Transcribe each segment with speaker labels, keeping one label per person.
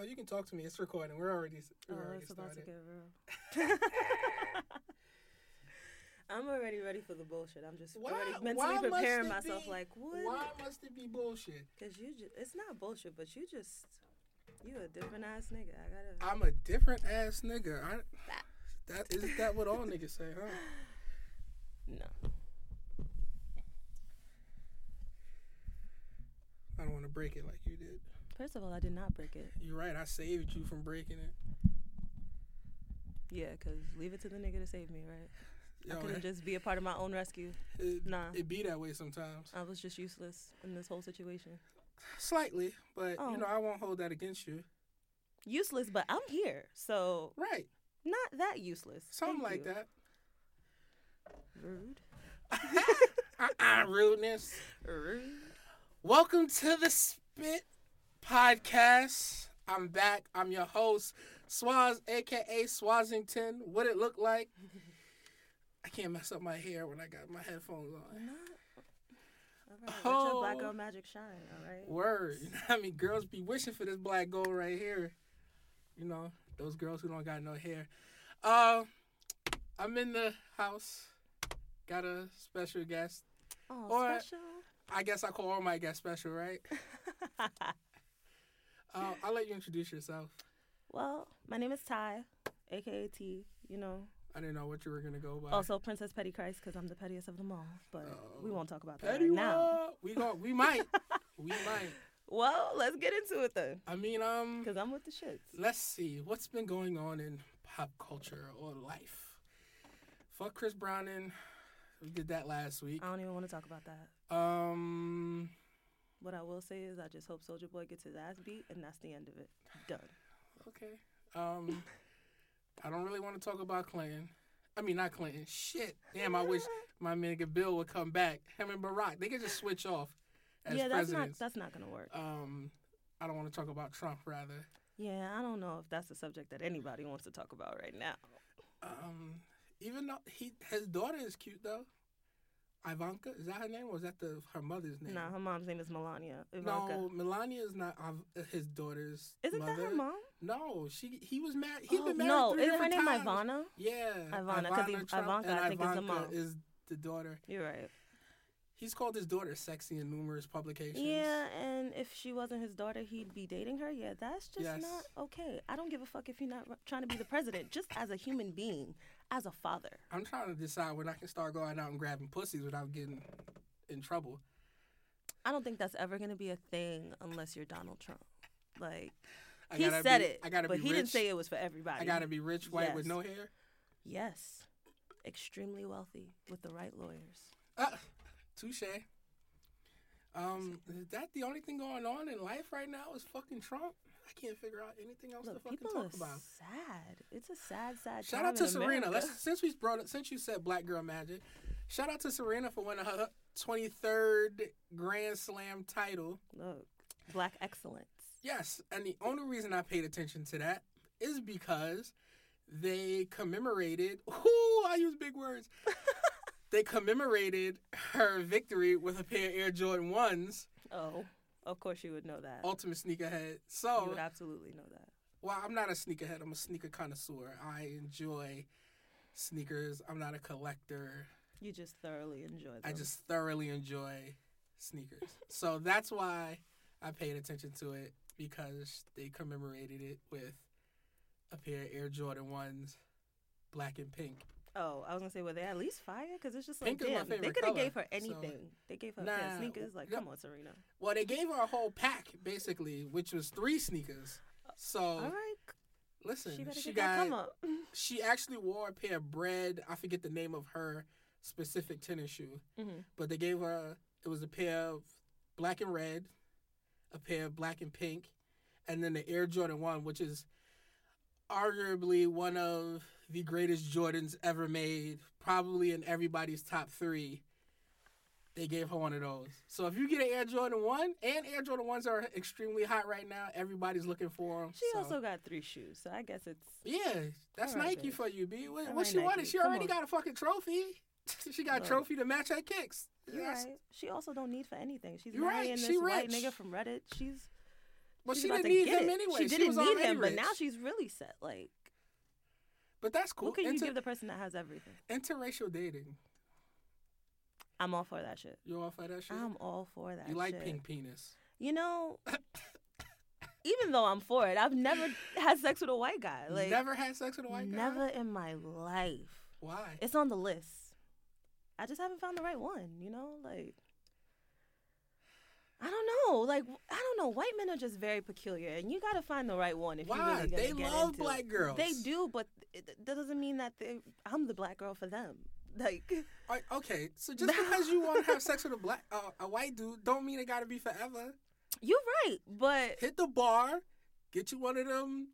Speaker 1: Oh, you can talk to me. It's recording. We're already. We're
Speaker 2: Oh,
Speaker 1: already
Speaker 2: it's about to
Speaker 1: started.
Speaker 2: get real. I'm already ready for the bullshit. I'm just
Speaker 1: Why-
Speaker 2: already
Speaker 1: why
Speaker 2: mentally
Speaker 1: must
Speaker 2: preparing
Speaker 1: it
Speaker 2: myself.
Speaker 1: be-
Speaker 2: Like
Speaker 1: Why
Speaker 2: what?
Speaker 1: must it be bullshit?
Speaker 2: Because you just, it's not bullshit, but you just, you a different ass nigga. I gotta.
Speaker 1: I'm a different ass nigga. I, that isn't that what all niggas say, huh?
Speaker 2: No.
Speaker 1: I don't want to break it like you did.
Speaker 2: First of all, I did not break it.
Speaker 1: You're right. I saved you from breaking it.
Speaker 2: Yeah, cause leave it to the nigga to save me, right? I
Speaker 1: Yo,
Speaker 2: couldn't
Speaker 1: it,
Speaker 2: just be a part of my own rescue.
Speaker 1: it,
Speaker 2: Nah,
Speaker 1: it be that way sometimes.
Speaker 2: I was just useless in this whole situation.
Speaker 1: Slightly, but
Speaker 2: Oh.
Speaker 1: you know I won't hold that against you.
Speaker 2: Useless, but I'm here, so
Speaker 1: Right.
Speaker 2: not that useless.
Speaker 1: Something like
Speaker 2: Thank you.
Speaker 1: that.
Speaker 2: Rude.
Speaker 1: Uh-uh, rudeness.
Speaker 2: Rude.
Speaker 1: Welcome to the Spit Podcast. I'm back. I'm your host, Swaz, aka Swazington. What it look like? I can't mess up my hair when I got my headphones on.
Speaker 2: All right, let your black
Speaker 1: Oh.
Speaker 2: girl magic shine. All right.
Speaker 1: Word. You know what I mean? Girls be wishing for this black gold right here. You know, those girls who don't got no hair. Uh, I'm in the house. Got a special guest.
Speaker 2: Oh,
Speaker 1: Or-
Speaker 2: special.
Speaker 1: I guess I call all my guests special, right? uh, I'll let you introduce yourself.
Speaker 2: Well, my name is Ty, aka T. You know,
Speaker 1: I didn't know what you were gonna go by.
Speaker 2: also Princess Petty Christ, because I'm the pettiest of them all. But we won't talk about that
Speaker 1: Oh. Petty
Speaker 2: right now.
Speaker 1: Rob. We go. We might. we might.
Speaker 2: Well, let's get into it then,
Speaker 1: I mean, um,
Speaker 2: because I'm with the shits.
Speaker 1: let's see what's been going on in pop culture or life. Fuck Chris Brown and we did that last week.
Speaker 2: I don't even want to talk about that.
Speaker 1: Um,
Speaker 2: What I will say is, I just hope Soldier Boy gets his ass beat, and that's the end of it. Done.
Speaker 1: okay. Um, I don't really want to talk about Clinton. I mean, not Clinton. Shit. Damn, I wish my nigga Bill would come back. Him and Barack, they could just switch off as
Speaker 2: yeah, that's
Speaker 1: presidents.
Speaker 2: not that's not gonna work.
Speaker 1: um, I don't want to talk about Trump. Rather,
Speaker 2: yeah, I don't know if that's a subject that anybody wants to talk about right now.
Speaker 1: Um, even though he his daughter is cute though, Ivanka is that her name? Or was that the her mother's name?
Speaker 2: Nah, her mom's name is Melania. Ivanka.
Speaker 1: no, Melania is not Iv- his daughter's
Speaker 2: Isn't
Speaker 1: mother.
Speaker 2: that her mom?
Speaker 1: No, she he was married. He's been
Speaker 2: Oh,
Speaker 1: married
Speaker 2: no,
Speaker 1: three
Speaker 2: isn't her
Speaker 1: different times.
Speaker 2: name Ivana?
Speaker 1: Yeah,
Speaker 2: Ivana, 'cause he-
Speaker 1: Trump
Speaker 2: Ivanka,
Speaker 1: and
Speaker 2: I think, is the
Speaker 1: Ivanka
Speaker 2: mom.
Speaker 1: is the daughter.
Speaker 2: You're right.
Speaker 1: He's called his daughter sexy in numerous publications.
Speaker 2: Yeah, and if she wasn't his daughter, he'd be dating her. Yeah, that's just
Speaker 1: Yes.
Speaker 2: not okay. I don't give a fuck if you're not r- trying to be the president, just as a human being, as a father.
Speaker 1: I'm trying to decide when I can start going out and grabbing pussies without getting in trouble.
Speaker 2: I don't think that's ever going to be a thing unless you're Donald Trump. Like,
Speaker 1: I
Speaker 2: he
Speaker 1: gotta
Speaker 2: said
Speaker 1: be-
Speaker 2: it,
Speaker 1: I gotta
Speaker 2: but
Speaker 1: be
Speaker 2: he
Speaker 1: rich.
Speaker 2: didn't say it was for everybody.
Speaker 1: I gotta be rich, white with
Speaker 2: Yes.
Speaker 1: no hair.
Speaker 2: Yes, extremely wealthy with the right lawyers.
Speaker 1: Uh, touche. Um, is that the only thing going on in life right now is fucking Trump? I can't figure out anything else to
Speaker 2: Look,
Speaker 1: fucking
Speaker 2: people
Speaker 1: talk
Speaker 2: are
Speaker 1: about.
Speaker 2: sad. It's a sad, sad
Speaker 1: Shout
Speaker 2: time
Speaker 1: out to
Speaker 2: in
Speaker 1: Serena.
Speaker 2: America.
Speaker 1: Let's, since we brought it, since you said Black Girl Magic, shout out to Serena for winning her twenty third Grand Slam title.
Speaker 2: Look, black excellence.
Speaker 1: Yes, and the only reason I paid attention to that is because they commemorated. Ooh, I use big words. they commemorated her victory with a pair of Air Jordan ones.
Speaker 2: Oh, of course you would know that.
Speaker 1: ultimate sneakerhead.
Speaker 2: You
Speaker 1: So,
Speaker 2: would absolutely know that.
Speaker 1: well, I'm not a sneakerhead. I'm a sneaker connoisseur. I enjoy sneakers. I'm not a collector.
Speaker 2: You just thoroughly enjoy them.
Speaker 1: I just thoroughly enjoy sneakers. so that's why I paid attention to it because they commemorated it with a pair of Air Jordan ones, black and pink.
Speaker 2: Oh, I was gonna say, were they at least fire? Because it's just like,
Speaker 1: Pink is my
Speaker 2: damn, they
Speaker 1: favorite
Speaker 2: could have gave
Speaker 1: color,
Speaker 2: her
Speaker 1: so-
Speaker 2: anything. They gave her a pair
Speaker 1: Nah,
Speaker 2: of sneakers. Like,
Speaker 1: no.
Speaker 2: come on, Serena.
Speaker 1: Well, they gave her a whole pack basically, which was three sneakers. So
Speaker 2: All right,
Speaker 1: Oh, listen, she,
Speaker 2: she better get
Speaker 1: got
Speaker 2: that come up.
Speaker 1: she actually wore a pair of bread. I forget the name of her specific tennis shoe,
Speaker 2: Mhm.
Speaker 1: but they gave her. It was a pair of black and red, a pair of black and pink, and then the Air Jordan One, which is arguably one of the greatest Jordans ever made, probably in everybody's top three. They gave her one of those. So if you get an Air Jordan One, and Air Jordan Ones are extremely hot right now, everybody's looking for them.
Speaker 2: She also got three shoes, so I guess it's.
Speaker 1: Yeah, that's
Speaker 2: All right,
Speaker 1: Nike
Speaker 2: bitch.
Speaker 1: for you, B. What,
Speaker 2: All
Speaker 1: what
Speaker 2: right,
Speaker 1: she wanted?
Speaker 2: Nike.
Speaker 1: She
Speaker 2: Come
Speaker 1: already
Speaker 2: on.
Speaker 1: got a fucking trophy. she got a
Speaker 2: Look.
Speaker 1: trophy to match her kicks.
Speaker 2: You're
Speaker 1: That's-
Speaker 2: right. She also don't need for anything. She's
Speaker 1: You're right,
Speaker 2: marrying
Speaker 1: she
Speaker 2: this white
Speaker 1: rich.
Speaker 2: nigga from Reddit. She's
Speaker 1: Well,
Speaker 2: She's
Speaker 1: she
Speaker 2: about
Speaker 1: didn't
Speaker 2: to
Speaker 1: need
Speaker 2: get
Speaker 1: him
Speaker 2: it.
Speaker 1: anyway.
Speaker 2: She
Speaker 1: She
Speaker 2: didn't
Speaker 1: was
Speaker 2: need
Speaker 1: already
Speaker 2: him, but now
Speaker 1: rich.
Speaker 2: she's really set. Like,
Speaker 1: But that's cool.
Speaker 2: what can you
Speaker 1: Inter-
Speaker 2: give the person that has everything?
Speaker 1: interracial dating.
Speaker 2: I'm all for that shit.
Speaker 1: You all for that shit?
Speaker 2: I'm all for that.
Speaker 1: you like
Speaker 2: shit.
Speaker 1: pink penis.
Speaker 2: You know, even though I'm for it, I've never had sex with a white guy. Like,
Speaker 1: never had sex with a white guy.
Speaker 2: never in my life.
Speaker 1: Why?
Speaker 2: It's on the list. I just haven't found the right one, you know? Like I don't know. Like I don't know. White men are just very peculiar and you got to find the right one if you
Speaker 1: Why?
Speaker 2: really gonna
Speaker 1: they
Speaker 2: get
Speaker 1: love
Speaker 2: into it.
Speaker 1: black girls.
Speaker 2: They do, but it, that doesn't mean that they, I'm the black girl for them. Like
Speaker 1: I- okay, so just because you want to have sex with a black uh, a white dude, don't mean it got to be forever.
Speaker 2: you're right, but
Speaker 1: Hit the bar, get you one of them.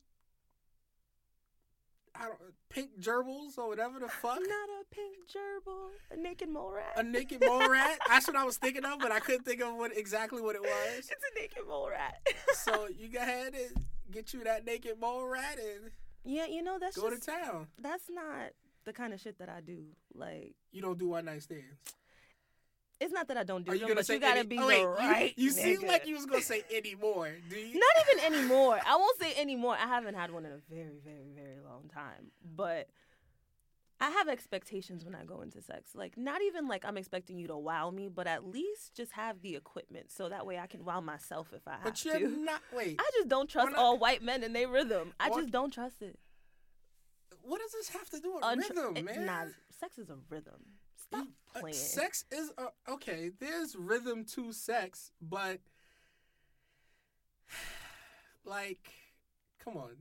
Speaker 1: I don't pink gerbils or whatever the fuck.
Speaker 2: I'm not a pink gerbil, a naked mole rat.
Speaker 1: A naked mole rat. That's what I was thinking of, but I couldn't think of what exactly what it was.
Speaker 2: it's a naked mole rat.
Speaker 1: So you go ahead and get you that naked mole rat and
Speaker 2: yeah, you know that's
Speaker 1: go to
Speaker 2: just,
Speaker 1: town.
Speaker 2: that's not the kind of shit that I do. Like
Speaker 1: You don't do one night stands.
Speaker 2: It's not that I don't do
Speaker 1: Are you
Speaker 2: them,
Speaker 1: gonna
Speaker 2: but
Speaker 1: say
Speaker 2: you gotta
Speaker 1: any-
Speaker 2: be
Speaker 1: oh, wait,
Speaker 2: the
Speaker 1: you-
Speaker 2: right.
Speaker 1: You, seem
Speaker 2: nigga.
Speaker 1: like you was gonna say anymore. Do you?
Speaker 2: Not even anymore. I won't say anymore. I haven't had one in a very, very, very long time. But I have expectations when I go into sex. Like, not even like I'm expecting you to wow me, but at least just have the equipment so that way I can wow myself if I have
Speaker 1: But
Speaker 2: to.
Speaker 1: you're not. Wait.
Speaker 2: I just don't trust
Speaker 1: When I-
Speaker 2: all white men and their rhythm. I
Speaker 1: What-
Speaker 2: just don't trust it.
Speaker 1: What does this have to do with
Speaker 2: Untr-
Speaker 1: rhythm,
Speaker 2: it-
Speaker 1: man?
Speaker 2: Nah, sex is a rhythm. Stop
Speaker 1: Uh,
Speaker 2: playing.
Speaker 1: sex is uh, okay. There's rhythm to sex, but like, come on,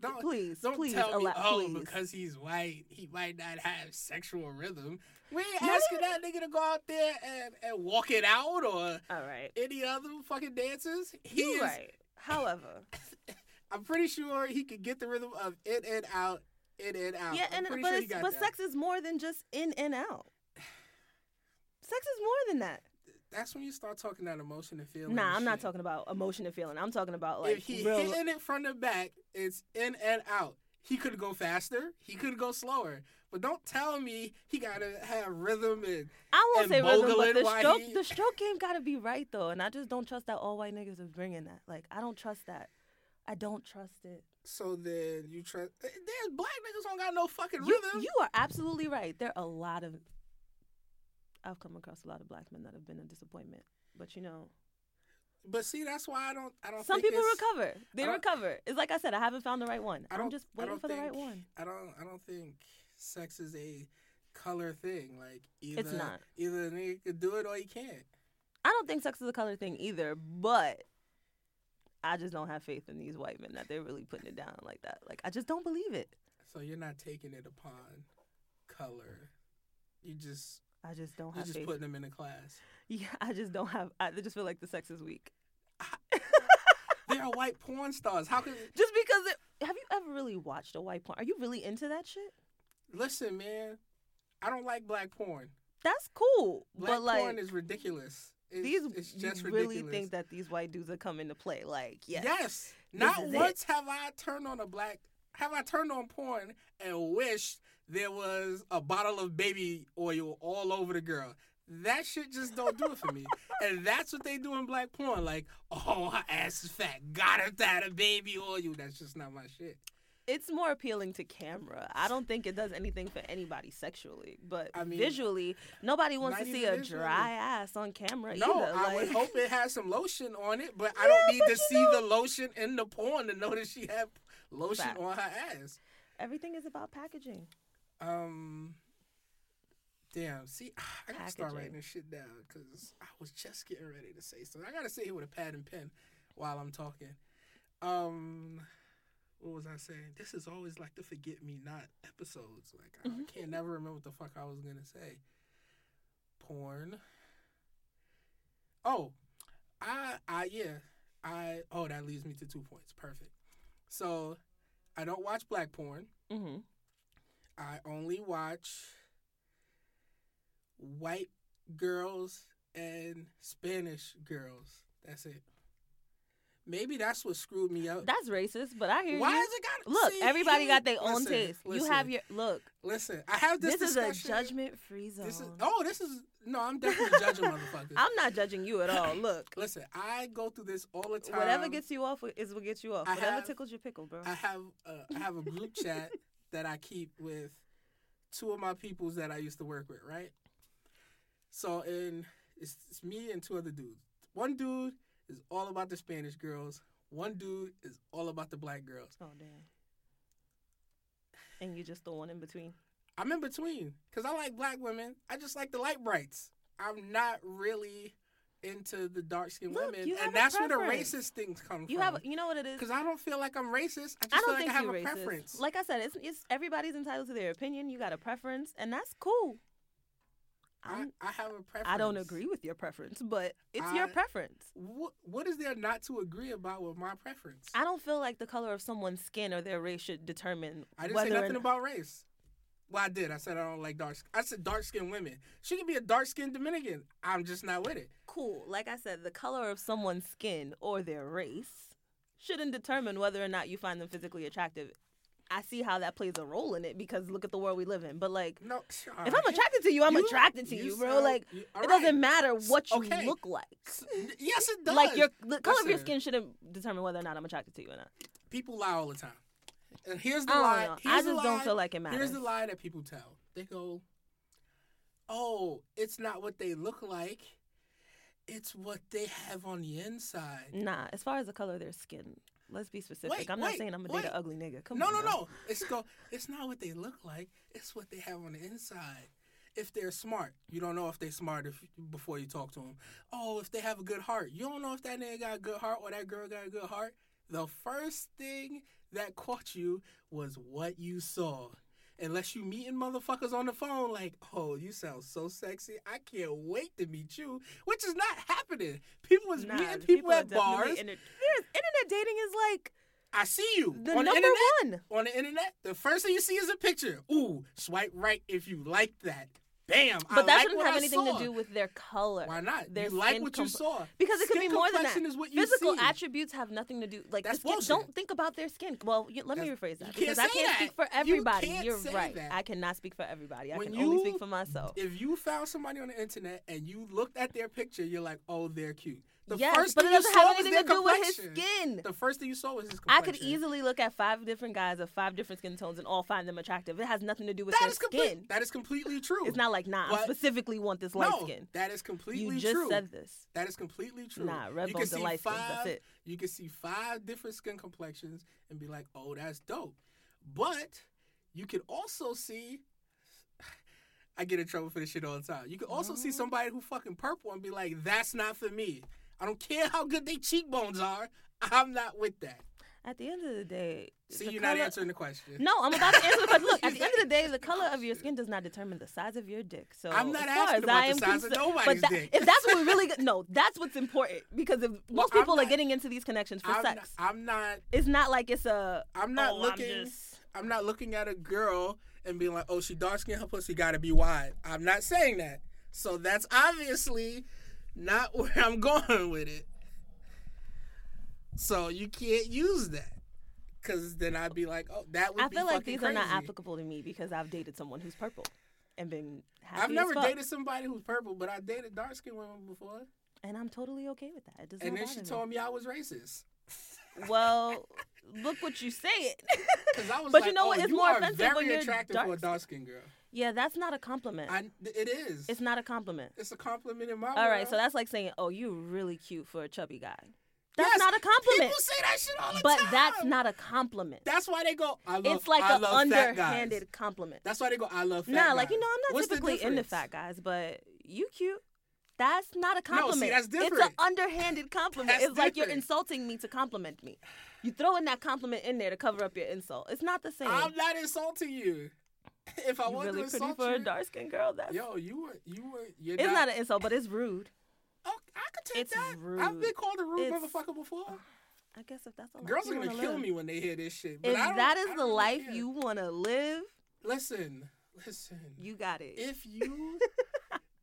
Speaker 1: don't
Speaker 2: please,
Speaker 1: don't
Speaker 2: please,
Speaker 1: tell me
Speaker 2: allow-
Speaker 1: oh
Speaker 2: please.
Speaker 1: because he's white he might not have sexual rhythm. We ain't
Speaker 2: Not
Speaker 1: asking that nigga to go out there and, and walk it out or
Speaker 2: All right.
Speaker 1: any other fucking dances. He
Speaker 2: You're
Speaker 1: is
Speaker 2: right. However,
Speaker 1: I'm pretty sure he could get the rhythm of in and out, in and out.
Speaker 2: Yeah,
Speaker 1: I'm
Speaker 2: and
Speaker 1: pretty
Speaker 2: but,
Speaker 1: sure he
Speaker 2: it's,
Speaker 1: got
Speaker 2: but
Speaker 1: that.
Speaker 2: sex is more than just in and out. Sex is more than that.
Speaker 1: That's when you start talking that emotion and feeling.
Speaker 2: Nah,
Speaker 1: and
Speaker 2: I'm not
Speaker 1: shit.
Speaker 2: talking about emotion and feeling. I'm talking about like
Speaker 1: if he
Speaker 2: real.
Speaker 1: hitting it from the back, it's in and out. He could go faster. He could go slower. But don't tell me he gotta have rhythm and
Speaker 2: I won't
Speaker 1: and
Speaker 2: say rhythm,
Speaker 1: bogle it
Speaker 2: but the
Speaker 1: while
Speaker 2: stroke,
Speaker 1: he-
Speaker 2: the stroke game gotta be right though, and I just don't trust that all white niggas is bringing that. Like I don't trust that. I don't trust it.
Speaker 1: so then you trust. There's black niggas don't got no fucking
Speaker 2: You,
Speaker 1: rhythm.
Speaker 2: you are absolutely right. There are a lot of. I've come across a lot of black men that have been a disappointment, but you know,
Speaker 1: but see, that's why I don't. I don't.
Speaker 2: some
Speaker 1: think
Speaker 2: people
Speaker 1: it's-
Speaker 2: recover. They
Speaker 1: I don't-
Speaker 2: recover. It's like I said, I haven't found the right one.
Speaker 1: I don't.
Speaker 2: I'm just
Speaker 1: I
Speaker 2: waiting
Speaker 1: don't
Speaker 2: for the
Speaker 1: think,
Speaker 2: right one.
Speaker 1: I don't. I don't think sex is a color thing. Like either
Speaker 2: not.
Speaker 1: Either a nigga could do it or he can't.
Speaker 2: I don't think sex is a color thing either, but I just don't have faith in these white men that they're really putting it down like that. Like I just don't believe it.
Speaker 1: So you're not taking it upon color. You just
Speaker 2: I just don't
Speaker 1: you
Speaker 2: have
Speaker 1: just
Speaker 2: faith.
Speaker 1: putting them in a class.
Speaker 2: yeah, I just don't have. I just feel like the sex is weak.
Speaker 1: They are white porn stars. How could
Speaker 2: Just because it. Have you ever really watched a white porn? Are you really into that shit?
Speaker 1: listen, man? I don't like black porn.
Speaker 2: That's cool,
Speaker 1: Black
Speaker 2: but like
Speaker 1: porn is ridiculous. It's,
Speaker 2: these,
Speaker 1: it's just
Speaker 2: you really
Speaker 1: ridiculous.
Speaker 2: think that these white dudes are coming to play? Like, yes,
Speaker 1: Yes. Not
Speaker 2: is it.
Speaker 1: once have I turned on a black have I turned on porn and wished there was a bottle of baby oil all over the girl. That shit just don't do it for me. and that's what they do in black porn. Like, oh her ass is fat. Gotta that a baby oil. That's just not my shit.
Speaker 2: it's more appealing to camera. I don't think it does anything for anybody sexually, but
Speaker 1: I mean,
Speaker 2: visually, nobody wants
Speaker 1: not
Speaker 2: to see
Speaker 1: even
Speaker 2: a
Speaker 1: visually.
Speaker 2: dry ass on camera
Speaker 1: No,
Speaker 2: either.
Speaker 1: I would
Speaker 2: like-
Speaker 1: hope it has some lotion on it, but I
Speaker 2: Yeah,
Speaker 1: don't need
Speaker 2: but
Speaker 1: to
Speaker 2: you
Speaker 1: see
Speaker 2: know-
Speaker 1: the lotion in the porn to know that she had lotion
Speaker 2: Facts.
Speaker 1: on her ass.
Speaker 2: Everything is about packaging.
Speaker 1: Um. Damn. See, I gotta start
Speaker 2: Packaging.
Speaker 1: writing this shit down because I was just getting ready to say something. I gotta sit here with a pad and pen while I'm talking. Um. What was I saying? This is always like the forget me not episodes. Like I
Speaker 2: Mhm.
Speaker 1: can't never remember what the fuck I was gonna say. Porn. Oh, I I yeah I oh that leads me to two points. Perfect. So I don't watch black porn.
Speaker 2: Mm-hmm.
Speaker 1: I only watch white girls and Spanish girls. That's it. Maybe that's what screwed me up.
Speaker 2: That's racist, but I hear
Speaker 1: Why
Speaker 2: you.
Speaker 1: is it got
Speaker 2: Look,
Speaker 1: see,
Speaker 2: everybody
Speaker 1: he-
Speaker 2: got their own
Speaker 1: listen,
Speaker 2: taste.
Speaker 1: Listen,
Speaker 2: you have your look.
Speaker 1: listen. I have this.
Speaker 2: This, is a
Speaker 1: discussion.
Speaker 2: judgment free zone.
Speaker 1: This is oh, this is no. I'm definitely judging motherfuckers.
Speaker 2: I'm not judging you at all. Look,
Speaker 1: Listen, I go through this all the time.
Speaker 2: whatever gets you off is what gets you off.
Speaker 1: I
Speaker 2: whatever
Speaker 1: have-
Speaker 2: tickles your pickle, bro.
Speaker 1: I have a, I have a group chat that I keep with two of my peoples that I used to work with, right? So and it's, it's me and two other dudes. One dude is all about the Spanish girls. One dude is all about the black girls.
Speaker 2: oh damn. And you just the one in between.
Speaker 1: I'm in between because I like black women. I just like the light brights. I'm not really into the dark skinned
Speaker 2: Look,
Speaker 1: women,
Speaker 2: you have
Speaker 1: and
Speaker 2: a
Speaker 1: that's where the
Speaker 2: preference.
Speaker 1: racist things come
Speaker 2: You
Speaker 1: from.
Speaker 2: have, you know what it is.
Speaker 1: Because I don't feel like I'm racist. I just
Speaker 2: I
Speaker 1: feel
Speaker 2: don't
Speaker 1: like
Speaker 2: think
Speaker 1: I have
Speaker 2: you're
Speaker 1: a
Speaker 2: racist.
Speaker 1: preference.
Speaker 2: Like I said, it's, it's everybody's entitled to their opinion. You got a preference, and that's cool.
Speaker 1: I,
Speaker 2: I'm,
Speaker 1: I have a preference.
Speaker 2: I don't agree with your preference, but it's your
Speaker 1: I-
Speaker 2: preference.
Speaker 1: What, what is there not to agree about with my preference? I,
Speaker 2: I don't feel like the color of someone's skin or their race should determine
Speaker 1: didn't
Speaker 2: whether
Speaker 1: say
Speaker 2: or
Speaker 1: nothing
Speaker 2: not-
Speaker 1: about race. Well, I did. I said I don't like dark. sk- I said dark skinned women. She could be a dark skinned Dominican. I'm just not with it.
Speaker 2: cool. Like I said, the color of someone's skin or their race shouldn't determine whether or not you find them physically attractive. I see how that plays a role in it because look at the world we live in. But like,
Speaker 1: No. all
Speaker 2: if
Speaker 1: right.
Speaker 2: I'm attracted to you, I'm
Speaker 1: You-
Speaker 2: attracted to you, bro.
Speaker 1: sound-
Speaker 2: like,
Speaker 1: you- all
Speaker 2: it
Speaker 1: right.
Speaker 2: doesn't matter what you
Speaker 1: okay.
Speaker 2: look like.
Speaker 1: S- n- Yes, it does.
Speaker 2: Like your the color of your
Speaker 1: Listen.
Speaker 2: skin shouldn't determine whether or not I'm attracted to you or not.
Speaker 1: people lie all the time. And here's the
Speaker 2: I don't
Speaker 1: lie.
Speaker 2: know. I
Speaker 1: Here's the
Speaker 2: just don't
Speaker 1: lie-
Speaker 2: feel like it
Speaker 1: Here's the
Speaker 2: matters.
Speaker 1: lie that people tell. They go, "Oh, it's not what they look like; it's what they have on the inside."
Speaker 2: Nah, as far as the color of their skin, let's be specific.
Speaker 1: Wait,
Speaker 2: I'm not
Speaker 1: wait,
Speaker 2: saying I'm a
Speaker 1: wait.
Speaker 2: date an ugly nigga. Come
Speaker 1: no,
Speaker 2: on,
Speaker 1: no,
Speaker 2: now.
Speaker 1: no. It's go. It's not what they look like; it's what they have on the inside. If they're smart, you don't know if they're smart if, before you talk to them. Oh, if they have a good heart, you don't know if that nigga got a good heart or that girl got a good heart. The first thing that caught you was what you saw. Unless you meeting motherfuckers on the phone, like, oh, you sound so sexy. I can't wait to meet you, which is not happening. People is
Speaker 2: Nah,
Speaker 1: meeting
Speaker 2: the
Speaker 1: people,
Speaker 2: are
Speaker 1: at
Speaker 2: definitely
Speaker 1: bars.
Speaker 2: inter- There's- internet dating is like
Speaker 1: I see you
Speaker 2: the
Speaker 1: on the
Speaker 2: number
Speaker 1: internet.
Speaker 2: one.
Speaker 1: On the internet, the first thing you see is a picture. Ooh, swipe right if you like that. Bam. I
Speaker 2: But that
Speaker 1: like
Speaker 2: shouldn't
Speaker 1: what
Speaker 2: have
Speaker 1: I
Speaker 2: anything
Speaker 1: saw.
Speaker 2: to do with their color.
Speaker 1: Why not?
Speaker 2: Their
Speaker 1: you like
Speaker 2: skin
Speaker 1: what you
Speaker 2: comp-
Speaker 1: saw.
Speaker 2: Because it could
Speaker 1: Skin
Speaker 2: be more than that.
Speaker 1: complexion is what you
Speaker 2: Physical
Speaker 1: see.
Speaker 2: attributes have nothing to do. Like
Speaker 1: That's
Speaker 2: just get-
Speaker 1: bullshit.
Speaker 2: don't think about their skin. Well, you, let me
Speaker 1: That's-
Speaker 2: rephrase
Speaker 1: you
Speaker 2: that
Speaker 1: can't
Speaker 2: because I
Speaker 1: say
Speaker 2: can't
Speaker 1: that.
Speaker 2: speak for
Speaker 1: You
Speaker 2: everybody.
Speaker 1: can't
Speaker 2: are
Speaker 1: say
Speaker 2: right.
Speaker 1: that.
Speaker 2: I cannot speak for everybody. I
Speaker 1: When
Speaker 2: can only
Speaker 1: you-
Speaker 2: speak for myself.
Speaker 1: If you found somebody on the internet and you looked at their picture, you're like, oh, they're cute. The
Speaker 2: yes,
Speaker 1: first
Speaker 2: but
Speaker 1: thing
Speaker 2: it doesn't
Speaker 1: you saw
Speaker 2: have
Speaker 1: was
Speaker 2: anything
Speaker 1: their
Speaker 2: to do with his
Speaker 1: complexion.
Speaker 2: skin.
Speaker 1: The first thing you saw was his
Speaker 2: I
Speaker 1: complexion.
Speaker 2: could easily look at five different guys of five different skin tones and all find them attractive. It has nothing to do with
Speaker 1: That
Speaker 2: their
Speaker 1: is
Speaker 2: skin.
Speaker 1: complete. That is completely true.
Speaker 2: It's not like nah. I
Speaker 1: But-
Speaker 2: specifically want this light
Speaker 1: no,
Speaker 2: skin.
Speaker 1: that is completely
Speaker 2: You just
Speaker 1: true.
Speaker 2: said this.
Speaker 1: That is completely true.
Speaker 2: Nah, red
Speaker 1: you
Speaker 2: bones
Speaker 1: can
Speaker 2: and
Speaker 1: see
Speaker 2: light skins,
Speaker 1: five,
Speaker 2: that's it.
Speaker 1: You can see five different skin complexions and be like, oh, that's dope. But you could also see. I get in trouble for this shit all the time. You could also see
Speaker 2: Mm-hmm.
Speaker 1: somebody who fucking purple and be like, that's not for me. I don't care how good they cheekbones are. I'm not with that.
Speaker 2: At the end of the day,
Speaker 1: See,
Speaker 2: the
Speaker 1: you're
Speaker 2: color-
Speaker 1: not answering the question.
Speaker 2: No, I'm about to answer the question. Look, at
Speaker 1: She's
Speaker 2: the end of the
Speaker 1: not
Speaker 2: day, the color of your
Speaker 1: question.
Speaker 2: skin does not determine the size of your dick. So
Speaker 1: I'm not
Speaker 2: as far
Speaker 1: asking
Speaker 2: as
Speaker 1: about
Speaker 2: I
Speaker 1: the
Speaker 2: am
Speaker 1: size of
Speaker 2: concerned-
Speaker 1: nobody's
Speaker 2: but
Speaker 1: dick.
Speaker 2: If that's what we really go- no, that's what's important because if most
Speaker 1: I'm
Speaker 2: people are
Speaker 1: not-
Speaker 2: getting into these connections for
Speaker 1: I'm,
Speaker 2: sex,
Speaker 1: I'm not.
Speaker 2: it's not like it's a.
Speaker 1: I'm not
Speaker 2: "Oh,
Speaker 1: looking.
Speaker 2: I'm just,
Speaker 1: I'm not looking at a girl and being like, oh, she dark skinned, her pussy gotta be wide. I'm not saying that. So that's obviously not where I'm going with it. So you can't use that. Cause then I'd be like, oh, that would
Speaker 2: I
Speaker 1: be
Speaker 2: feel like
Speaker 1: fucking
Speaker 2: these
Speaker 1: crazy.
Speaker 2: are not applicable to me because I've dated someone who's purple and been happy.
Speaker 1: I've
Speaker 2: as
Speaker 1: never
Speaker 2: fuck,
Speaker 1: dated somebody who's purple, but I dated dark skinned women before.
Speaker 2: and I'm totally okay with that. It does
Speaker 1: And
Speaker 2: not
Speaker 1: then she
Speaker 2: bother
Speaker 1: told me I was racist.
Speaker 2: me. Well, look what you say it.
Speaker 1: Cause I was
Speaker 2: But you
Speaker 1: like,
Speaker 2: know what?
Speaker 1: oh,
Speaker 2: It's
Speaker 1: you
Speaker 2: more
Speaker 1: are
Speaker 2: offensive
Speaker 1: very
Speaker 2: when you're
Speaker 1: attractive for a
Speaker 2: dark-
Speaker 1: dark skinned girl.
Speaker 2: yeah, that's not a compliment.
Speaker 1: I, it is.
Speaker 2: it's not a compliment.
Speaker 1: It's a compliment in my
Speaker 2: All right, so
Speaker 1: world.
Speaker 2: that's like saying, "Oh, you really cute for a chubby guy." That's
Speaker 1: Yes,
Speaker 2: not a compliment.
Speaker 1: People say that shit all the
Speaker 2: But
Speaker 1: time.
Speaker 2: that's not a compliment.
Speaker 1: That's why they go. I love.
Speaker 2: it's like
Speaker 1: I
Speaker 2: an
Speaker 1: love fat guys."
Speaker 2: underhanded compliment.
Speaker 1: That's why they go. I love. Fat
Speaker 2: nah, like you
Speaker 1: guys."
Speaker 2: know, I'm not
Speaker 1: What's the
Speaker 2: typically into
Speaker 1: difference?
Speaker 2: fat guys, but you cute. That's not a
Speaker 1: No, see,
Speaker 2: compliment.
Speaker 1: that's
Speaker 2: It's an
Speaker 1: different.
Speaker 2: underhanded compliment. it's
Speaker 1: That's
Speaker 2: like you're
Speaker 1: different.
Speaker 2: insulting me to compliment me. You throw in that compliment in there to cover up your insult. It's not the same.
Speaker 1: I'm not insulting you. If I
Speaker 2: you
Speaker 1: want
Speaker 2: really
Speaker 1: to
Speaker 2: pretty
Speaker 1: insult
Speaker 2: for a
Speaker 1: you,
Speaker 2: dark skinned girl. That's
Speaker 1: yo, you were, you were, you're
Speaker 2: it's
Speaker 1: not.
Speaker 2: not an insult, but it's rude.
Speaker 1: oh, I could take
Speaker 2: It's
Speaker 1: that. I've
Speaker 2: rude.
Speaker 1: been called a rude
Speaker 2: It's-
Speaker 1: motherfucker before.
Speaker 2: I guess if that's a life
Speaker 1: Girls
Speaker 2: you
Speaker 1: are gonna
Speaker 2: wanna
Speaker 1: kill
Speaker 2: live.
Speaker 1: me when they hear this shit. But
Speaker 2: If
Speaker 1: I don't,
Speaker 2: that
Speaker 1: I
Speaker 2: is the
Speaker 1: don't
Speaker 2: life
Speaker 1: care.
Speaker 2: you want to live,
Speaker 1: listen, listen.
Speaker 2: you got it.
Speaker 1: if you,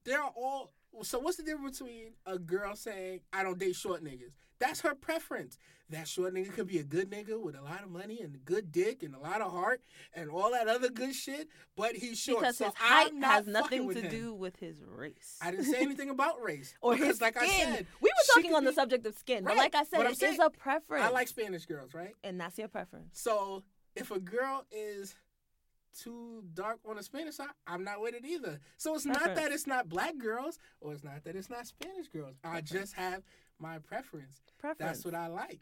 Speaker 1: there are all So what's the difference between a girl saying I don't date short niggas? That's her preference. That short nigga could be a good nigga with a lot of money and a good dick and a lot of heart and all that other good shit, but he's short.
Speaker 2: Because
Speaker 1: so
Speaker 2: his height
Speaker 1: I'm not
Speaker 2: has
Speaker 1: fucking
Speaker 2: nothing
Speaker 1: with
Speaker 2: to
Speaker 1: him.
Speaker 2: do with his race.
Speaker 1: I didn't say anything about race
Speaker 2: or
Speaker 1: because,
Speaker 2: his
Speaker 1: like
Speaker 2: skin.
Speaker 1: I said,
Speaker 2: we
Speaker 1: she
Speaker 2: were talking
Speaker 1: could
Speaker 2: on the
Speaker 1: be-
Speaker 2: subject of skin,
Speaker 1: Right,
Speaker 2: but like I said,
Speaker 1: but I'm
Speaker 2: it is
Speaker 1: saying-
Speaker 2: a preference.
Speaker 1: I like Spanish girls, right?
Speaker 2: and that's your preference.
Speaker 1: So if a girl is too dark on the Spanish side, I'm not with it either. So it's not that
Speaker 2: Preference.
Speaker 1: it's not black girls or it's not that it's not Spanish girls. I just have my preference.
Speaker 2: Preference.
Speaker 1: That's what I like.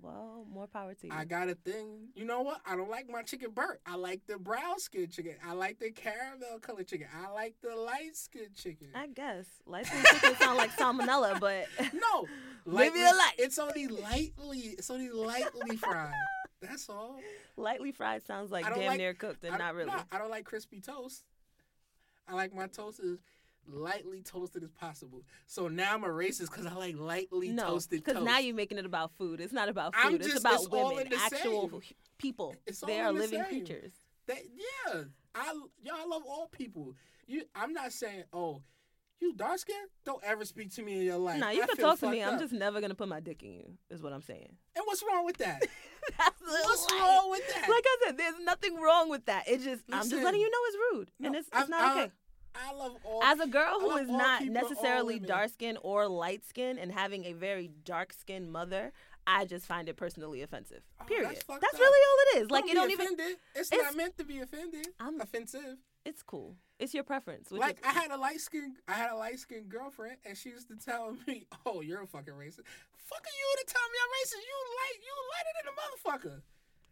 Speaker 2: well, more power to you.
Speaker 1: I got a thing. You know what? I don't like my chicken burnt. I like the brown skin chicken. I like the caramel colored chicken. I like the light skin chicken.
Speaker 2: I guess license chicken sound like salmonella, but
Speaker 1: No,
Speaker 2: Maybe a light.
Speaker 1: It's only lightly. It's only lightly fried. That's all.
Speaker 2: lightly fried sounds like
Speaker 1: I don't
Speaker 2: damn
Speaker 1: like-
Speaker 2: near cooked and
Speaker 1: I-
Speaker 2: not really.
Speaker 1: nah, I don't like crispy toast. I like my toast as lightly toasted as possible. So now I'm a racist because I like lightly
Speaker 2: no,
Speaker 1: toasted toast.
Speaker 2: now you're making it about food. It's not about
Speaker 1: I'm
Speaker 2: food.
Speaker 1: just-
Speaker 2: it's about
Speaker 1: it's all
Speaker 2: women,
Speaker 1: in the
Speaker 2: actual
Speaker 1: same.
Speaker 2: hu- people.
Speaker 1: It's
Speaker 2: they
Speaker 1: all
Speaker 2: are
Speaker 1: in the
Speaker 2: living
Speaker 1: same.
Speaker 2: creatures.
Speaker 1: That- yeah, I yo, I love all people. You, I'm not saying oh, you dark skinned? Don't ever speak to me in your life.
Speaker 2: nah, you
Speaker 1: I
Speaker 2: can
Speaker 1: feel
Speaker 2: talk to me.
Speaker 1: fucked
Speaker 2: I'm
Speaker 1: up.
Speaker 2: just never gonna put my dick in you. Is what I'm saying.
Speaker 1: And what's wrong with that?
Speaker 2: That's the
Speaker 1: what's
Speaker 2: life.
Speaker 1: wrong with that?
Speaker 2: Like I said, there's nothing wrong with that. It just I'm just
Speaker 1: Listen.
Speaker 2: letting you know it's rude
Speaker 1: No,
Speaker 2: and it's,
Speaker 1: I-
Speaker 2: it's not
Speaker 1: I-
Speaker 2: okay.
Speaker 1: I love all.
Speaker 2: As a girl
Speaker 1: I
Speaker 2: who
Speaker 1: love
Speaker 2: is
Speaker 1: all
Speaker 2: not
Speaker 1: people, all
Speaker 2: necessarily
Speaker 1: women.
Speaker 2: dark skinned or light skinned and having a very dark skinned mother, I just find it personally offensive.
Speaker 1: Oh, that's
Speaker 2: Period.
Speaker 1: fucked
Speaker 2: that's
Speaker 1: up.
Speaker 2: really all it is. Like
Speaker 1: don't
Speaker 2: it don't
Speaker 1: be
Speaker 2: even
Speaker 1: offended. It's,
Speaker 2: it's-
Speaker 1: not meant to be offended.
Speaker 2: I'm-
Speaker 1: offensive.
Speaker 2: it's cool. It's your preference. Which
Speaker 1: Like
Speaker 2: is,
Speaker 1: I had a light skin, I had a light skinned girlfriend, and she used to tell me, "Oh, you're a fucking racist. Fuck are you to tell me I'm racist? You light, you lighter than a motherfucker."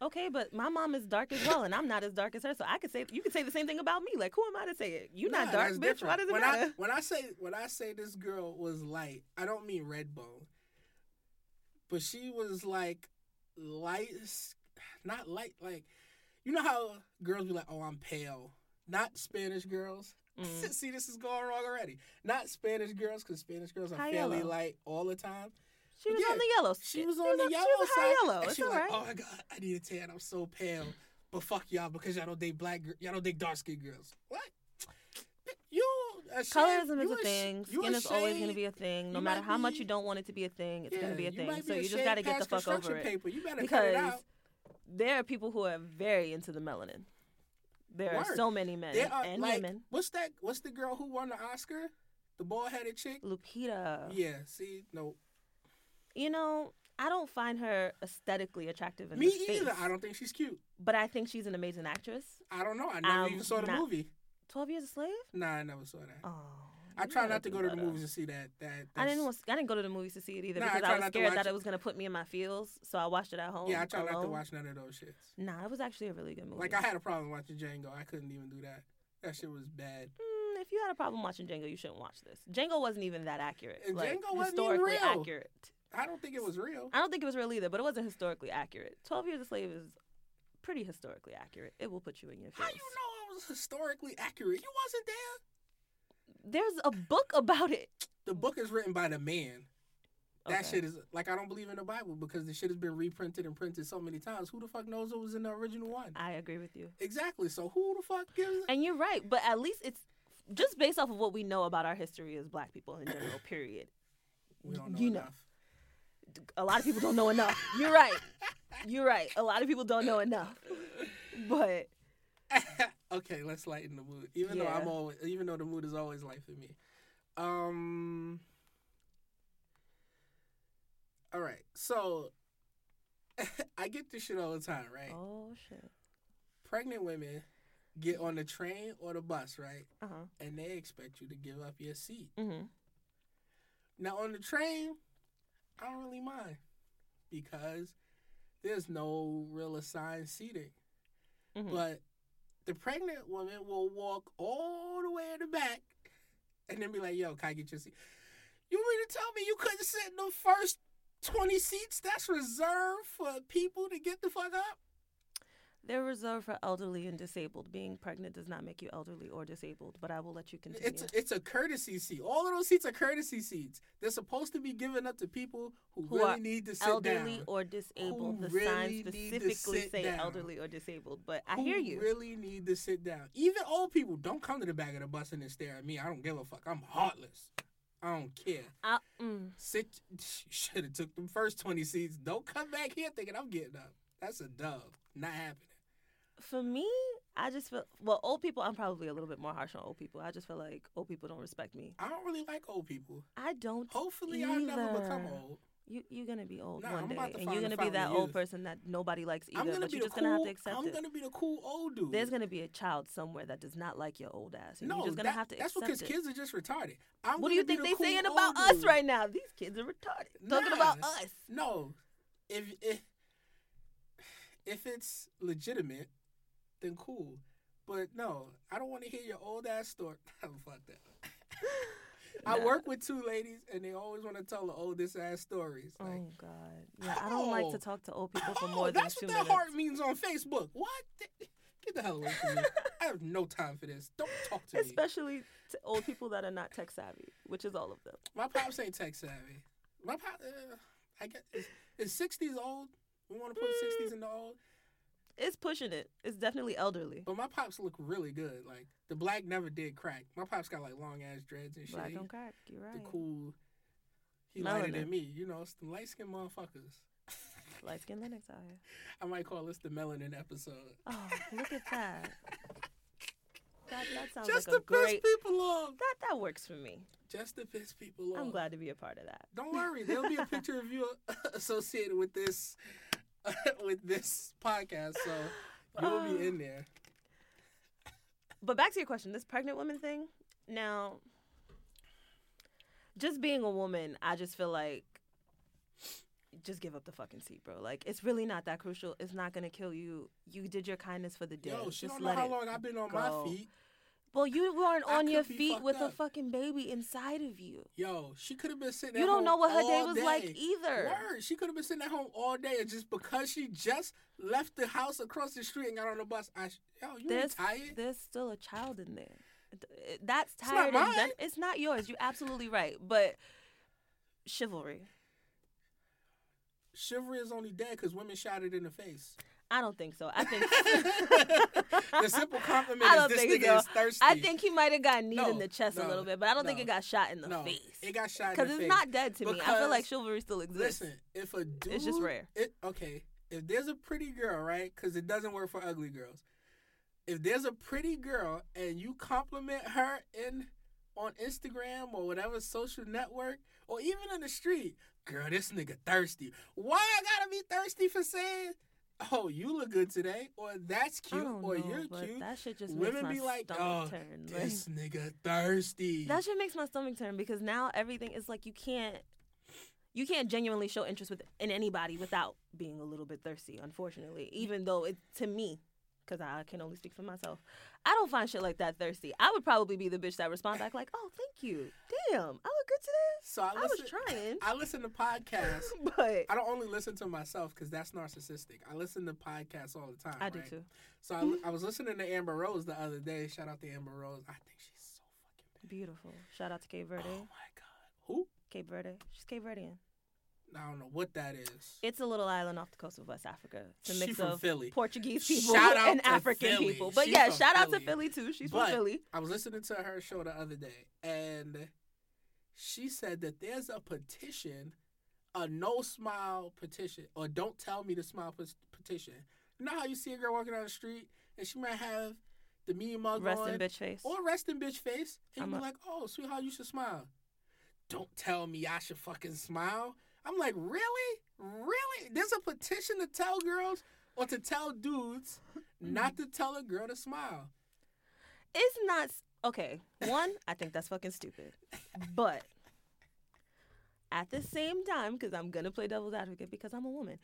Speaker 2: okay, but my mom is dark as well and I'm not as dark as her, so I could say you could say the same thing about me. Like who am I to say it? You're
Speaker 1: Nah,
Speaker 2: not dark,
Speaker 1: that's
Speaker 2: bitch.
Speaker 1: different.
Speaker 2: Why does it
Speaker 1: when
Speaker 2: matter?
Speaker 1: I, when I say when I say this girl was light, I don't mean red bone, but she was like light, s- not light. Like you know how girls be like, "Oh, I'm pale." Not Spanish girls.
Speaker 2: Mm.
Speaker 1: See, this is going wrong already. Not Spanish girls, because Spanish girls are
Speaker 2: High
Speaker 1: fairly
Speaker 2: yellow.
Speaker 1: light all the time.
Speaker 2: She was
Speaker 1: Yeah,
Speaker 2: on the yellow.
Speaker 1: She
Speaker 2: She-
Speaker 1: was on the
Speaker 2: she
Speaker 1: yellow
Speaker 2: was a
Speaker 1: side.
Speaker 2: high yellow.
Speaker 1: and
Speaker 2: It's
Speaker 1: she was
Speaker 2: all
Speaker 1: like,
Speaker 2: right.
Speaker 1: oh my god, I need a tan. I'm so pale. But fuck y'all because y'all don't date black girls. Y'all don't date dark skinned girls. What? You ashamed,
Speaker 2: Colorism is
Speaker 1: you
Speaker 2: a
Speaker 1: ash-
Speaker 2: thing.
Speaker 1: you
Speaker 2: Skin is always going to
Speaker 1: ashamed-
Speaker 2: be a thing. No
Speaker 1: you
Speaker 2: matter
Speaker 1: might
Speaker 2: how much
Speaker 1: be-
Speaker 2: you don't want it to be a thing, it's going
Speaker 1: yeah,
Speaker 2: to be a thing.
Speaker 1: might be
Speaker 2: so you just
Speaker 1: ashamed
Speaker 2: got to get the
Speaker 1: past
Speaker 2: fuck over
Speaker 1: construction
Speaker 2: it.
Speaker 1: Paper. You better cut it
Speaker 2: Because
Speaker 1: out.
Speaker 2: there are people who are very into the melanin. There are
Speaker 1: Word.
Speaker 2: so many men
Speaker 1: There are
Speaker 2: and
Speaker 1: like,
Speaker 2: women.
Speaker 1: what's that? What's the girl who won the Oscar? The bald headed chick.
Speaker 2: Lupita,
Speaker 1: Yeah. See, no,
Speaker 2: you know, I don't find her aesthetically attractive in
Speaker 1: me
Speaker 2: this
Speaker 1: either.
Speaker 2: face,
Speaker 1: I don't think she's cute.
Speaker 2: but I think she's an amazing actress.
Speaker 1: I don't know. I never
Speaker 2: I'm
Speaker 1: even saw the
Speaker 2: not-
Speaker 1: movie.
Speaker 2: Twelve Years a Slave.
Speaker 1: Nah, I never saw that.
Speaker 2: Oh,
Speaker 1: I
Speaker 2: you
Speaker 1: try
Speaker 2: gotta
Speaker 1: not to
Speaker 2: do
Speaker 1: go to the
Speaker 2: better.
Speaker 1: movies and see that. That
Speaker 2: I
Speaker 1: that's-
Speaker 2: didn't. Want, I didn't go to the movies to see it either
Speaker 1: Nah, I
Speaker 2: because
Speaker 1: try
Speaker 2: I was
Speaker 1: not to
Speaker 2: scared
Speaker 1: watch
Speaker 2: that
Speaker 1: it.
Speaker 2: it was gonna put me in my feels. So I watched it at home.
Speaker 1: Yeah, I try not to
Speaker 2: alone.
Speaker 1: watch none of those shits.
Speaker 2: Nah, it was actually a really good movie.
Speaker 1: Like I had a problem watching Django. I couldn't even do that. That shit was bad.
Speaker 2: Mm, if you had a problem watching Django, you shouldn't watch this. Django wasn't even that accurate.
Speaker 1: And
Speaker 2: like,
Speaker 1: Django wasn't even
Speaker 2: historically
Speaker 1: real.
Speaker 2: accurate.
Speaker 1: I don't think it was real.
Speaker 2: I don't think it was real either, but it wasn't historically accurate. Twelve Years a Slave is pretty historically accurate. It will put you in your
Speaker 1: How
Speaker 2: feels.
Speaker 1: you know I was historically accurate? You wasn't there.
Speaker 2: There's a book about it.
Speaker 1: The book is written by the man. That
Speaker 2: Okay.
Speaker 1: shit is like I don't believe in the Bible because the shit has been reprinted and printed so many times. Who the fuck knows it was in the original one?
Speaker 2: I agree with you,
Speaker 1: Exactly. So who the fuck gives?
Speaker 2: and you're right. But at least it's just based off of what we know about our history as Black people in general. Period.
Speaker 1: We don't know
Speaker 2: you know.
Speaker 1: enough.
Speaker 2: A lot of people don't know enough. You're right. You're right. A lot of people don't know enough. But
Speaker 1: okay, let's lighten the mood. Even though I'm
Speaker 2: Yeah.
Speaker 1: always, even though the mood is always light for me. Um. All right, so I get this shit all the time, right?
Speaker 2: oh shit.
Speaker 1: Pregnant women get on the train or the bus, right,
Speaker 2: Uh huh.
Speaker 1: and they expect you to give up your seat.
Speaker 2: Mm-hmm.
Speaker 1: Now on the train, I don't really mind because there's no real assigned seating.
Speaker 2: Mhm.
Speaker 1: But the pregnant woman will walk all the way in the back and then be like, yo, can I get your seat? You mean to tell me you couldn't sit in the first 20 seats that's reserved for people to get the fuck up?
Speaker 2: They're reserved for elderly and disabled. Being pregnant does not make you elderly or disabled, but I will let you continue.
Speaker 1: It's it's a courtesy seat. All of those seats are courtesy seats. They're supposed to be given up to people who,
Speaker 2: Who
Speaker 1: really
Speaker 2: are
Speaker 1: need to sit
Speaker 2: elderly
Speaker 1: down.
Speaker 2: or disabled.
Speaker 1: Who
Speaker 2: the signs
Speaker 1: really need to
Speaker 2: specifically
Speaker 1: sit
Speaker 2: say
Speaker 1: down.
Speaker 2: elderly or disabled, but I
Speaker 1: who
Speaker 2: hear you.
Speaker 1: really need to sit down. Even old people don't come to the back of the bus and then stare at me. I don't give a fuck. I'm heartless. I don't care.
Speaker 2: I, mm,
Speaker 1: Sit. Should have took them first twenty seats. Don't come back here thinking I'm getting up. That's a dub. Not happening.
Speaker 2: for me, I just feel well. Old people, I'm probably a little bit more harsh on old people. I just feel like old people don't respect me.
Speaker 1: I don't really like old people.
Speaker 2: I don't.
Speaker 1: Hopefully, I never become
Speaker 2: Either.
Speaker 1: old.
Speaker 2: You you're gonna be old
Speaker 1: Nah,
Speaker 2: one
Speaker 1: I'm
Speaker 2: day,
Speaker 1: about to
Speaker 2: and
Speaker 1: find
Speaker 2: you're
Speaker 1: the
Speaker 2: gonna be
Speaker 1: fountain
Speaker 2: that
Speaker 1: of
Speaker 2: old
Speaker 1: youth.
Speaker 2: person that nobody likes
Speaker 1: I'm
Speaker 2: either.
Speaker 1: gonna
Speaker 2: But
Speaker 1: be
Speaker 2: you're
Speaker 1: the
Speaker 2: just gonna have
Speaker 1: cool.
Speaker 2: to accept
Speaker 1: I'm
Speaker 2: it.
Speaker 1: gonna be the cool old dude.
Speaker 2: There's gonna be a child somewhere that does not like your old ass, and
Speaker 1: no,
Speaker 2: you're just gonna
Speaker 1: that-
Speaker 2: have to
Speaker 1: that's
Speaker 2: accept
Speaker 1: because
Speaker 2: it.
Speaker 1: kids are just retarded. I'm
Speaker 2: what do you
Speaker 1: gonna be the
Speaker 2: think they
Speaker 1: cool
Speaker 2: saying
Speaker 1: old
Speaker 2: about us
Speaker 1: dude.
Speaker 2: right now? These kids are retarded. Talking about
Speaker 1: Nah.
Speaker 2: us.
Speaker 1: No, if if if it's legitimate, then cool. But no, I don't want to hear your old ass story. Fuck that. I
Speaker 2: Nah.
Speaker 1: work with two ladies, and they always want to tell the oldest ass stories. Like,
Speaker 2: Oh God. Yeah, I don't like
Speaker 1: Oh.
Speaker 2: to talk to old people for
Speaker 1: Oh,
Speaker 2: more than
Speaker 1: that's
Speaker 2: two
Speaker 1: what that
Speaker 2: minutes.
Speaker 1: heart means on Facebook. What? the- Get the hell away from me.
Speaker 2: Mm.
Speaker 1: I have no time for this. Don't talk to me.
Speaker 2: Especially to old people that are not tech savvy, which is all of them.
Speaker 1: My pops ain't tech savvy. My pop, uh, I guess, is, is 60s old? We want to put
Speaker 2: Mm.
Speaker 1: 60s in the old?
Speaker 2: It's pushing it. It's definitely elderly.
Speaker 1: But my pops look really good. Like, the black never did crack. My pops got, like, long ass dreads and shit.
Speaker 2: Black
Speaker 1: He-
Speaker 2: on crack. You're
Speaker 1: the
Speaker 2: right.
Speaker 1: cool, he lighter
Speaker 2: Melanin.
Speaker 1: than me. You know, it's the light skinned motherfuckers.
Speaker 2: Light skin Linux out here.
Speaker 1: I might call this the melanin episode.
Speaker 2: Oh, look at that. That, that sounds
Speaker 1: Just
Speaker 2: like a
Speaker 1: to piss
Speaker 2: great.
Speaker 1: people off.
Speaker 2: That that works for me.
Speaker 1: Just to piss people off.
Speaker 2: I'm glad to be a part of that.
Speaker 1: Don't worry, there'll be a picture of you associated with this with this podcast, so you'll be in there.
Speaker 2: But back to your question, this pregnant woman thing. Now, just being a woman, I just feel like just give up the fucking seat, bro. Like it's really not that crucial. It's not gonna kill you. You did your kindness for the day.
Speaker 1: Yo, she
Speaker 2: just
Speaker 1: don't know
Speaker 2: let
Speaker 1: how
Speaker 2: it
Speaker 1: long I've been on
Speaker 2: go.
Speaker 1: my feet.
Speaker 2: Well, you weren't
Speaker 1: I
Speaker 2: on your
Speaker 1: could be
Speaker 2: feet
Speaker 1: fucked
Speaker 2: with a
Speaker 1: up.
Speaker 2: fucking baby inside of you.
Speaker 1: Yo, she could have been sitting.
Speaker 2: You
Speaker 1: at
Speaker 2: don't
Speaker 1: home
Speaker 2: know what her day
Speaker 1: all
Speaker 2: was like either.
Speaker 1: Word, she could have been sitting at home all day, and just because she just left the house across the street and got on the bus, I sh- yo, you
Speaker 2: There's
Speaker 1: ain't tired?
Speaker 2: there's still a child in there. It- it- That's
Speaker 1: not
Speaker 2: tired. and
Speaker 1: mine.
Speaker 2: done- it's not yours. You're absolutely right. But chivalry.
Speaker 1: Chivalry is only dead because women shot it in the face.
Speaker 2: I don't think so. I think
Speaker 1: the simple compliment
Speaker 2: I
Speaker 1: is
Speaker 2: don't
Speaker 1: this
Speaker 2: think
Speaker 1: nigga
Speaker 2: so.
Speaker 1: is thirsty.
Speaker 2: I think he might have got kneed
Speaker 1: No,
Speaker 2: in the chest a
Speaker 1: no,
Speaker 2: little bit, but I don't think
Speaker 1: no,
Speaker 2: it got shot in the
Speaker 1: no,
Speaker 2: face.
Speaker 1: it got shot in
Speaker 2: Because
Speaker 1: the
Speaker 2: it's
Speaker 1: face.
Speaker 2: not dead to me. I feel like
Speaker 1: because-
Speaker 2: chivalry still exists.
Speaker 1: Listen, if a dude,
Speaker 2: just rare.
Speaker 1: It, okay, if there's a pretty girl, right? Because it doesn't work for ugly girls. If there's a pretty girl and you compliment her in on Instagram or whatever social network or even in the street, girl, this nigga thirsty. Why I gotta be thirsty for saying, "Oh, you look good today," or "That's
Speaker 2: I
Speaker 1: cute,"
Speaker 2: don't
Speaker 1: or
Speaker 2: know,
Speaker 1: "You're
Speaker 2: but
Speaker 1: cute."
Speaker 2: That shit just
Speaker 1: Women
Speaker 2: makes
Speaker 1: be
Speaker 2: my
Speaker 1: like,
Speaker 2: stomach
Speaker 1: "Oh,
Speaker 2: turn. Like,
Speaker 1: This nigga thirsty.
Speaker 2: that shit makes my stomach turn because now everything is like you can't. You can't genuinely show interest with in anybody without being a little bit thirsty, unfortunately. Even though it to me, because I can only speak for myself, I don't find shit like that thirsty. I would probably be the bitch that respond back like, "Oh, thank you, damn, I look good today."
Speaker 1: so I
Speaker 2: I was
Speaker 1: listen.
Speaker 2: trying,
Speaker 1: I listen to podcasts
Speaker 2: but
Speaker 1: I don't only listen to myself because that's narcissistic. I listen to podcasts all the time.
Speaker 2: I do
Speaker 1: right?
Speaker 2: too.
Speaker 1: So I, I was listening to Amber Rose the other day. Shout out to Amber Rose. I think she's so fucking
Speaker 2: Beautiful. Shout out to Cape Verde.
Speaker 1: bad. Oh my god. Who?
Speaker 2: Cape Verde. She's Cape Verdean.
Speaker 1: I don't know what that is.
Speaker 2: It's a little island off the coast of West Africa. It's
Speaker 1: She
Speaker 2: a mix
Speaker 1: from
Speaker 2: of
Speaker 1: Philly.
Speaker 2: Portuguese people
Speaker 1: Shout out
Speaker 2: and
Speaker 1: to
Speaker 2: African
Speaker 1: Philly.
Speaker 2: people. But
Speaker 1: She's
Speaker 2: yeah,
Speaker 1: from
Speaker 2: shout out to
Speaker 1: Philly.
Speaker 2: Philly too. She's
Speaker 1: But-
Speaker 2: from Philly.
Speaker 1: I was listening to her show the other day, and she said that there's a petition, a no smile petition, or don't tell me to smile pet- petition. You know how you see a girl walking down the street and she might have the mean mug
Speaker 2: Rest
Speaker 1: on,
Speaker 2: in bitch face.
Speaker 1: or rest in bitch face, and
Speaker 2: I'm
Speaker 1: you be
Speaker 2: a-
Speaker 1: like, "Oh, sweetheart, you should smile." Don't tell me I should fucking smile. I'm like, really, really? There's a petition to tell girls or to tell dudes not to tell a girl to smile.
Speaker 2: It's not s- okay. One, I think that's fucking stupid. But at the same time, because I'm gonna play devil's advocate because I'm a woman,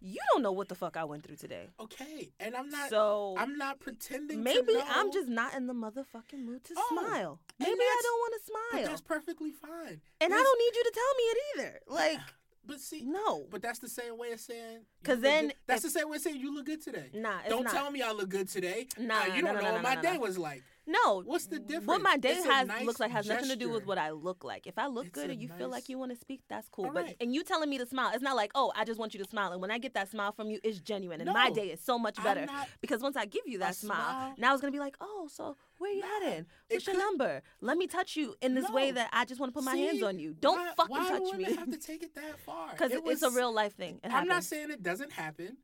Speaker 2: you don't know what the fuck I went through today.
Speaker 1: Okay, and I'm not.
Speaker 2: so
Speaker 1: I'm not pretending. to
Speaker 2: maybe
Speaker 1: know,
Speaker 2: I'm just not in the motherfucking mood to
Speaker 1: Oh,
Speaker 2: smile.
Speaker 1: and
Speaker 2: Maybe I
Speaker 1: that's-
Speaker 2: don't
Speaker 1: But
Speaker 2: want to
Speaker 1: that's
Speaker 2: smile.
Speaker 1: perfectly fine.
Speaker 2: And I
Speaker 1: Listen-
Speaker 2: don't need you to tell me it either. Like,
Speaker 1: But see,
Speaker 2: no.
Speaker 1: but that's the same way of saying. you
Speaker 2: 'Cause
Speaker 1: look
Speaker 2: then
Speaker 1: good- that's
Speaker 2: if-
Speaker 1: the same way of saying you look good today.
Speaker 2: Nah, it's
Speaker 1: Don't
Speaker 2: not.
Speaker 1: tell me I look good today.
Speaker 2: Nah,
Speaker 1: Uh, you
Speaker 2: no,
Speaker 1: don't
Speaker 2: no,
Speaker 1: know
Speaker 2: no,
Speaker 1: what
Speaker 2: no,
Speaker 1: my
Speaker 2: no, no.
Speaker 1: day was like.
Speaker 2: No,
Speaker 1: What's the difference?
Speaker 2: what my day
Speaker 1: It's a
Speaker 2: has
Speaker 1: nice
Speaker 2: looks like has nothing to do with
Speaker 1: gesture.
Speaker 2: what I look like. If I look
Speaker 1: It's
Speaker 2: good
Speaker 1: a
Speaker 2: and you feel
Speaker 1: nice-
Speaker 2: like you want to speak, that's cool.
Speaker 1: All
Speaker 2: but
Speaker 1: right.
Speaker 2: and you telling me to smile, it's not like oh I just want you to smile. And when I get that smile from you, it's genuine. And my
Speaker 1: No,
Speaker 2: day is so much
Speaker 1: I'm
Speaker 2: better
Speaker 1: not-
Speaker 2: because once I give you that smile,
Speaker 1: smile-
Speaker 2: now it's gonna be like oh so where you
Speaker 1: Nah,
Speaker 2: heading?
Speaker 1: it
Speaker 2: What's your
Speaker 1: could-
Speaker 2: number? Let me touch you in this way
Speaker 1: No.
Speaker 2: that I just want to put my hands
Speaker 1: See,
Speaker 2: on you. Don't
Speaker 1: why,
Speaker 2: fucking
Speaker 1: why do
Speaker 2: touch
Speaker 1: women
Speaker 2: me
Speaker 1: have to take it that far?
Speaker 2: because
Speaker 1: It
Speaker 2: it's a
Speaker 1: was-
Speaker 2: real life thing. It
Speaker 1: I'm not
Speaker 2: happens.
Speaker 1: saying it doesn't happen,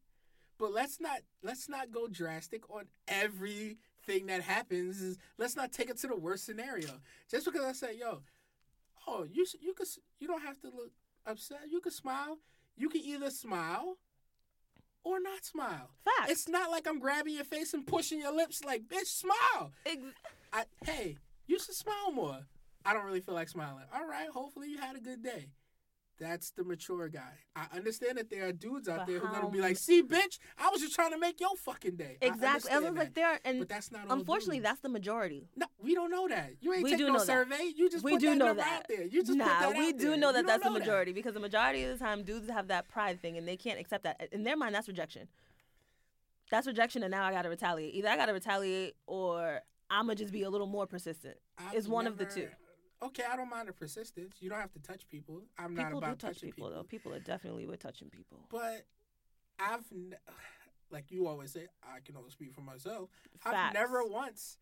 Speaker 1: but let's not let's not go drastic on everything that happens. Is let's not take it to the worst scenario. Just because I say, "Yo, oh, you s- you could s- you don't have to look upset. You could smile. You can either smile or not smile."
Speaker 2: Facts.
Speaker 1: It's not like I'm grabbing your face and pushing your lips like, "Bitch, smile."
Speaker 2: Ex-
Speaker 1: I, hey, you should smile more. I don't really feel like smiling. All right, hopefully you had a good day. That's the mature guy. I understand that there are dudes out
Speaker 2: But
Speaker 1: there who are
Speaker 2: how
Speaker 1: gonna be
Speaker 2: m-
Speaker 1: like, "See, bitch, I was just trying to make your fucking day." I
Speaker 2: exactly. I
Speaker 1: understand
Speaker 2: was like
Speaker 1: that.
Speaker 2: there, are-
Speaker 1: but
Speaker 2: and
Speaker 1: that's not. all
Speaker 2: unfortunately,
Speaker 1: dudes.
Speaker 2: that's the majority.
Speaker 1: no, we don't know that. You ain't
Speaker 2: We
Speaker 1: take
Speaker 2: do
Speaker 1: no
Speaker 2: know that.
Speaker 1: survey. You just
Speaker 2: we
Speaker 1: put
Speaker 2: do
Speaker 1: that
Speaker 2: know
Speaker 1: number
Speaker 2: that.
Speaker 1: out there. You just
Speaker 2: nah,
Speaker 1: put that
Speaker 2: we
Speaker 1: out
Speaker 2: do
Speaker 1: there.
Speaker 2: know
Speaker 1: You
Speaker 2: that
Speaker 1: don't
Speaker 2: that's
Speaker 1: know
Speaker 2: the
Speaker 1: that.
Speaker 2: majority because the majority of the time dudes have that pride thing and they can't accept that. In their mind, that's rejection. That's rejection, and now I gotta retaliate. Either I gotta retaliate or I'm gonna just be a little more persistent.
Speaker 1: I've
Speaker 2: is one of the
Speaker 1: never- Okay, I don't mind the persistence. You don't have to touch people. I'm not
Speaker 2: People do
Speaker 1: about
Speaker 2: touch
Speaker 1: touching
Speaker 2: people, though. People are definitely with touching people.
Speaker 1: But I've, n- like you always say, I can only speak for myself. I've
Speaker 2: Facts.
Speaker 1: never once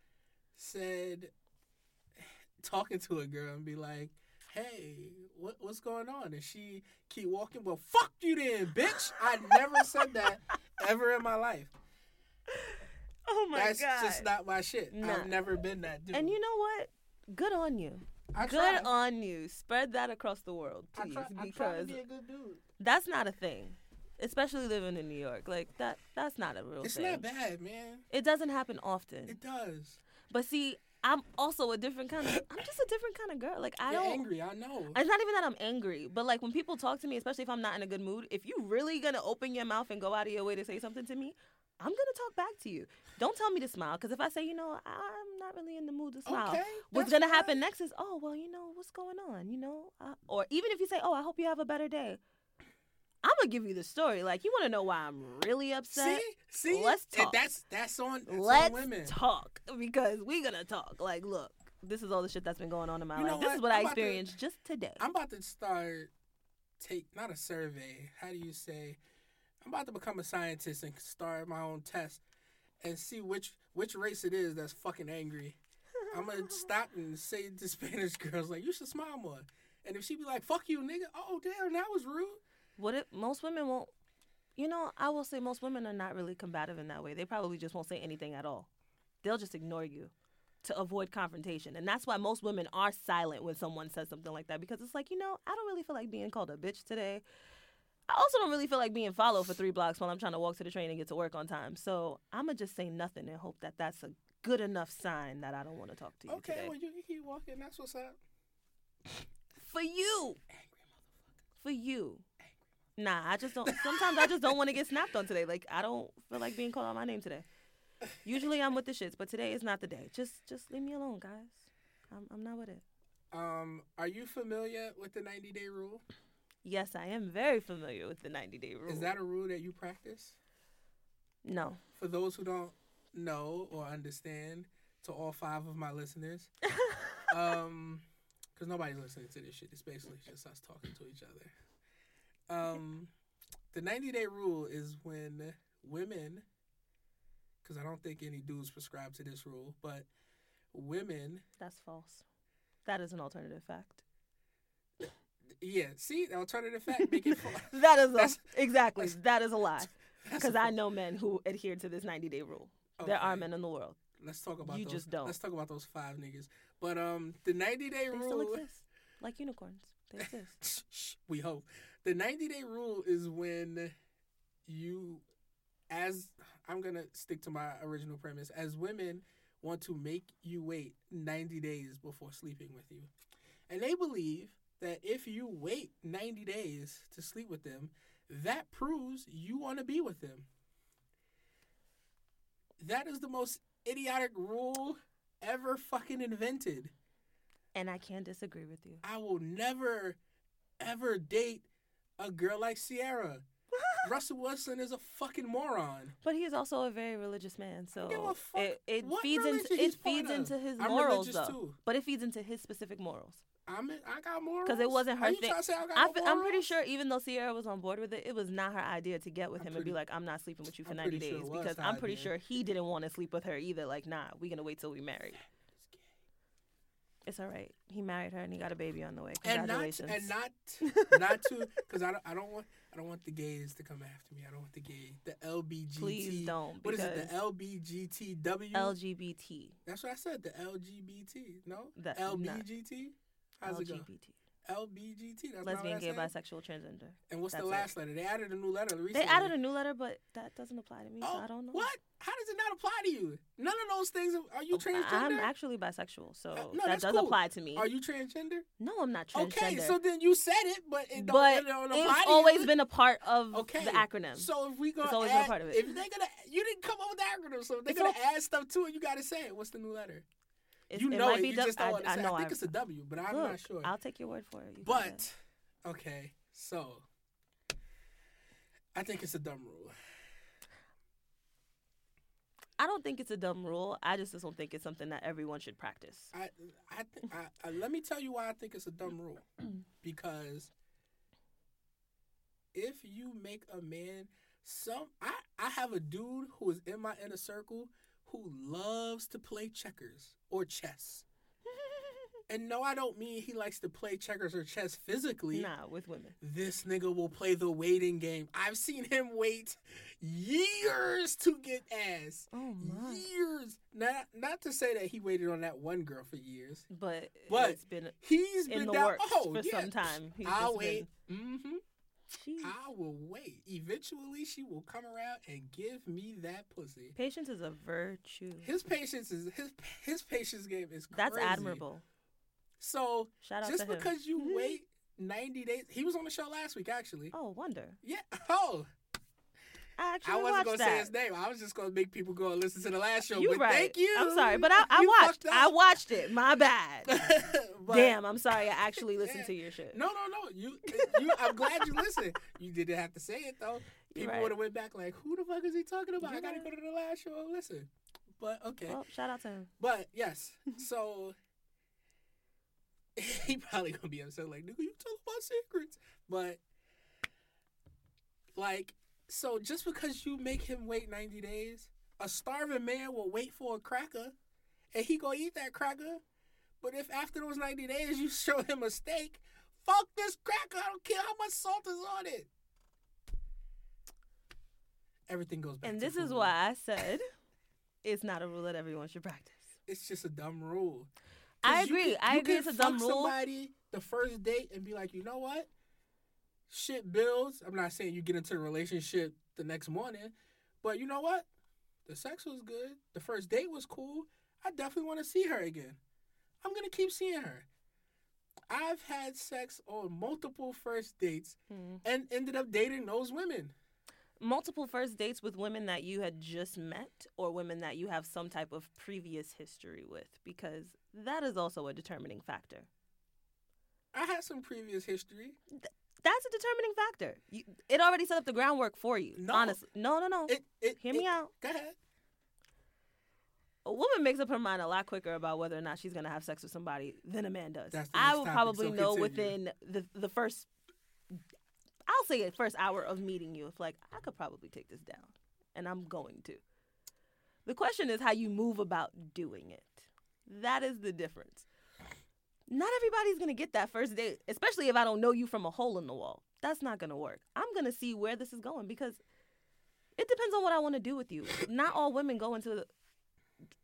Speaker 1: said talking to a girl and be like, "Hey, what what's going on?" And she keep walking. Well, fuck you then, bitch. I never said that ever in my life.
Speaker 2: Oh my
Speaker 1: That's
Speaker 2: god!
Speaker 1: just not my shit.
Speaker 2: Nah.
Speaker 1: I've never been that dude.
Speaker 2: and you know what? Good on you.
Speaker 1: I
Speaker 2: Good
Speaker 1: try.
Speaker 2: on you. Spread that across the world,
Speaker 1: I
Speaker 2: please,
Speaker 1: try, I try to
Speaker 2: because
Speaker 1: be a good dude.
Speaker 2: that's not a thing. Especially living in New York, like that—that's not a real
Speaker 1: It's
Speaker 2: thing.
Speaker 1: not bad, man.
Speaker 2: It doesn't happen often.
Speaker 1: It does.
Speaker 2: But see, I'm also a different kind of. I'm just a different kind of girl. Like I
Speaker 1: You're
Speaker 2: don't.
Speaker 1: angry. I know.
Speaker 2: It's not even that I'm angry, but like when people talk to me, especially if I'm not in a good mood, if you really gonna open your mouth and go out of your way to say something to me, I'm gonna talk back to you. Don't tell me to smile, because if I say, you know, I'm not really in the mood to smile,
Speaker 1: Okay,
Speaker 2: what's
Speaker 1: that's
Speaker 2: gonna happen
Speaker 1: fine.
Speaker 2: next is, oh well, you know, what's going on, you know, uh, or even if you say, oh, I hope you have a better day, I'm gonna give you the story. Like you want to know why I'm really upset?
Speaker 1: See, see,
Speaker 2: Let's
Speaker 1: And
Speaker 2: talk.
Speaker 1: That's that's on, that's on
Speaker 2: let's
Speaker 1: women.
Speaker 2: talk because we're gonna talk. Like, look, this is all the shit that's been going on in my
Speaker 1: You know
Speaker 2: life. This
Speaker 1: what?
Speaker 2: is what
Speaker 1: I'm
Speaker 2: I
Speaker 1: about to-
Speaker 2: experienced just today.
Speaker 1: I'm about to start take not a survey. How do you say? I'm about to become a scientist and start my own test and see which which race it is that's fucking angry. I'm gonna stop and say to Spanish girls like, "You should smile more." And if she be like, "Fuck you, nigga," oh damn, that was rude.
Speaker 2: What if most women won't? You know, I will say most women are not really combative in that way. They probably just won't say anything at all. They'll just ignore you to avoid confrontation, and that's why most women are silent when someone says something like that because it's like, you know, I don't really feel like being called a bitch today. I also don't really feel like being followed for three blocks while I'm trying to walk to the train and get to work on time. So I'm gonna just say nothing and hope that that's a good enough sign that I don't want to talk to you
Speaker 1: Okay,
Speaker 2: today.
Speaker 1: well you can keep walking. That's what's up.
Speaker 2: for you,
Speaker 1: Angry motherfucker.
Speaker 2: for you. Nah, I just don't. Sometimes I just don't want to get snapped on today. Like I don't feel like being called out my name today. Usually I'm with the shits, but today is not the day. Just just leave me alone, guys. I'm I'm not with it.
Speaker 1: Um, are you familiar with the 90 day rule?
Speaker 2: Yes, I am very familiar with the 90 day rule.
Speaker 1: Is that a rule that you practice?
Speaker 2: no?
Speaker 1: for those who don't know or understand, to all five of my listeners, um, because nobody's listening to this shit. It's basically just us talking to each other. Um, the ninety day rule is when women, because I don't think any dudes prescribe to this rule, but women,
Speaker 2: That's false. That is an alternative fact.
Speaker 1: yeah, see, alternative fact, make it. fa-
Speaker 2: That is a,
Speaker 1: That's-
Speaker 2: exactly that is a lie.
Speaker 1: that's
Speaker 2: Because
Speaker 1: a-
Speaker 2: I know men who adhere to this 90 day rule. There are
Speaker 1: Okay.
Speaker 2: men in the world.
Speaker 1: Let's talk about
Speaker 2: you
Speaker 1: those.
Speaker 2: just don't.
Speaker 1: Let's talk about those five niggas. But um, the ninety day
Speaker 2: They
Speaker 1: rule.
Speaker 2: still exist, like unicorns. They exist.
Speaker 1: we hope the 90 day rule is when you as i'm gonna stick to my original premise as women want to make you wait 90 days before sleeping with you and they believe that if you wait 90 days to sleep with them that proves you want to be with them that is the most idiotic rule ever fucking invented
Speaker 2: And I can disagree with you.
Speaker 1: I will never, ever date a girl like Sierra. Russell Wilson is a fucking moron.
Speaker 2: But he is also a very religious man,
Speaker 1: give a
Speaker 2: so
Speaker 1: fuck
Speaker 2: it, it
Speaker 1: what
Speaker 2: feeds
Speaker 1: religion
Speaker 2: into
Speaker 1: he's
Speaker 2: it
Speaker 1: part
Speaker 2: feeds
Speaker 1: of.
Speaker 2: into his
Speaker 1: I'm
Speaker 2: morals
Speaker 1: religious
Speaker 2: though.
Speaker 1: too.
Speaker 2: But it feeds into his specific morals.
Speaker 1: I mean, I got morals.
Speaker 2: 'Cause it wasn't her
Speaker 1: Are you
Speaker 2: thing.
Speaker 1: trying to say I got
Speaker 2: I
Speaker 1: no
Speaker 2: fe- I'm pretty
Speaker 1: morals?
Speaker 2: sure even though Sierra was on board with it, it was not her idea to get with
Speaker 1: I'm
Speaker 2: him and
Speaker 1: pretty-
Speaker 2: be like, "I'm not sleeping with you for
Speaker 1: I'm
Speaker 2: 90
Speaker 1: pretty sure
Speaker 2: days,"
Speaker 1: it was
Speaker 2: because
Speaker 1: her
Speaker 2: I'm pretty
Speaker 1: idea.
Speaker 2: sure he didn't want to sleep with her either. Like, nah, we're gonna wait till we married. It's all right. He married her and he got a baby on the way.
Speaker 1: And not
Speaker 2: Congratulations.
Speaker 1: and not not to because I don't, I don't want I don't want the gays to come after me. I don't want the gay the LBGT.
Speaker 2: Please don't.
Speaker 1: What is
Speaker 2: Because
Speaker 1: it? The LBGTW.
Speaker 2: LGBT.
Speaker 1: That's what I said. The LGBT. No.
Speaker 2: The- no.
Speaker 1: LBGT. How's it go?
Speaker 2: LGBT.
Speaker 1: LBGT. That's not what
Speaker 2: Lesbian,
Speaker 1: I
Speaker 2: gay,
Speaker 1: said.
Speaker 2: bisexual, transgender.
Speaker 1: and what's the
Speaker 2: that's it.
Speaker 1: last letter? They added a new letter recently.
Speaker 2: They added a new letter, but that doesn't apply to me, so I don't know.
Speaker 1: Oh, What? How does it not apply to you? None of those things. Are you transgender?
Speaker 2: Oh, I'm actually bisexual,
Speaker 1: no,
Speaker 2: so that
Speaker 1: that's
Speaker 2: does
Speaker 1: cool.
Speaker 2: apply to me.
Speaker 1: Are you transgender?
Speaker 2: no, I'm not transgender.
Speaker 1: Okay, so then you said it, but it don't,
Speaker 2: but
Speaker 1: it don't apply to
Speaker 2: it's
Speaker 1: you.
Speaker 2: always been a part of
Speaker 1: okay.
Speaker 2: the acronym.
Speaker 1: So if we gonna
Speaker 2: It's always
Speaker 1: add,
Speaker 2: been a part of it.
Speaker 1: if they're gonna, you didn't come up with the acronym, so if they're
Speaker 2: It's
Speaker 1: gonna
Speaker 2: okay.
Speaker 1: add stuff to it, you gotta say it. What's the new letter?
Speaker 2: It's-
Speaker 1: you
Speaker 2: it
Speaker 1: know
Speaker 2: might
Speaker 1: it.
Speaker 2: be
Speaker 1: you
Speaker 2: dub-
Speaker 1: just don't
Speaker 2: I,
Speaker 1: understand.
Speaker 2: I know.
Speaker 1: I think it's a W, but I'm
Speaker 2: look,
Speaker 1: not sure.
Speaker 2: I'll take your word for it. You can say
Speaker 1: But okay, so I think it's a dumb rule.
Speaker 2: I don't think it's a dumb rule. I just don't think it's something that everyone should practice.
Speaker 1: I I, th- I, I let me tell you why I think it's a dumb rule because if you make a man some I I have a dude who is in my inner circle who loves to play checkers or chess. And no, I don't mean he likes to play checkers or chess physically.
Speaker 2: nah, with women.
Speaker 1: This nigga will play the waiting game. I've seen him wait years to get ass.
Speaker 2: Oh
Speaker 1: Years. Not not to say that he waited on that one girl for years.
Speaker 2: But,
Speaker 1: But
Speaker 2: it's been
Speaker 1: He's
Speaker 2: in
Speaker 1: been
Speaker 2: the
Speaker 1: down.
Speaker 2: works
Speaker 1: oh,
Speaker 2: for
Speaker 1: yeah.
Speaker 2: some time. He's
Speaker 1: I'll
Speaker 2: just
Speaker 1: wait.
Speaker 2: been- Mm-hmm.
Speaker 1: hmm
Speaker 2: Jeez.
Speaker 1: I will wait. Eventually, she will come around and give me that pussy.
Speaker 2: Patience is a virtue.
Speaker 1: His patience is his his patience game is crazy.
Speaker 2: That's admirable.
Speaker 1: So
Speaker 2: Shout out
Speaker 1: just
Speaker 2: to him.
Speaker 1: because you
Speaker 2: Mhm.
Speaker 1: wait ninety days, he was on the show last week actually.
Speaker 2: Oh, wonder.
Speaker 1: Yeah. Oh,
Speaker 2: I actually
Speaker 1: I wasn't
Speaker 2: watched
Speaker 1: gonna
Speaker 2: that.
Speaker 1: say his name. I was just gonna make people go and listen to the last show.
Speaker 2: You
Speaker 1: but
Speaker 2: right.
Speaker 1: Thank you.
Speaker 2: I'm sorry, but I, I
Speaker 1: You
Speaker 2: watched.
Speaker 1: fucked up.
Speaker 2: I watched it. My bad.
Speaker 1: But-
Speaker 2: Damn, I'm sorry. I actually listened
Speaker 1: Yeah.
Speaker 2: to your shit.
Speaker 1: No, no, no. You, you. I'm glad you listened. You didn't have to say it though.
Speaker 2: You're
Speaker 1: People
Speaker 2: right.
Speaker 1: would have went back like, "Who the fuck is he talking about?" I
Speaker 2: You're
Speaker 1: gotta
Speaker 2: right.
Speaker 1: go to the last show and listen. But okay.
Speaker 2: Well, shout out to him.
Speaker 1: But yes, so he probably gonna be upset, like, nigga, you tell my secrets. But like, so just because you make him wait 90 days, a starving man will wait for a cracker and he gonna eat that cracker. But if after those 90 days you show him a steak, fuck this cracker. I don't care how much salt is on it. Everything goes back
Speaker 2: And
Speaker 1: to
Speaker 2: this is
Speaker 1: food.
Speaker 2: why I said it's not a rule that everyone should practice.
Speaker 1: it's just a dumb rule.
Speaker 2: I
Speaker 1: 'Cause you
Speaker 2: agree.
Speaker 1: can-
Speaker 2: I
Speaker 1: you
Speaker 2: agree.
Speaker 1: can
Speaker 2: It's a dumb
Speaker 1: fuck
Speaker 2: rule.
Speaker 1: Somebody the first date and be like, you know what? Shit builds. I'm not saying you get into a relationship the next morning, but you know what? The sex was good. The first date was cool. I definitely want to see her again. I'm gonna keep seeing her. I've had sex on multiple first dates
Speaker 2: Mm.
Speaker 1: and ended up dating those women.
Speaker 2: Multiple first dates with women that you had just met or women that you have some type of previous history with, because that is also a determining factor.
Speaker 1: I had some previous history.
Speaker 2: That's a determining factor. You, it already set up the groundwork for you.
Speaker 1: No.
Speaker 2: Honestly, no, no, no.
Speaker 1: It, it,
Speaker 2: Hear me
Speaker 1: it-
Speaker 2: out.
Speaker 1: Go ahead.
Speaker 2: a woman makes up her mind a lot quicker about whether or not she's going to have sex with somebody than a man does.
Speaker 1: That's the
Speaker 2: I
Speaker 1: next
Speaker 2: will
Speaker 1: topic,
Speaker 2: probably
Speaker 1: so
Speaker 2: know
Speaker 1: continue.
Speaker 2: within the the first, I'll say it first hour of meeting you, if like I could probably take this down, and I'm going to. The question is how you move about doing it. That is the difference. Not everybody's gonna get that first date, especially if I don't know you from a hole in the wall. That's not gonna work. I'm gonna see where this is going because it depends on what I want to do with you. Not all women go into the-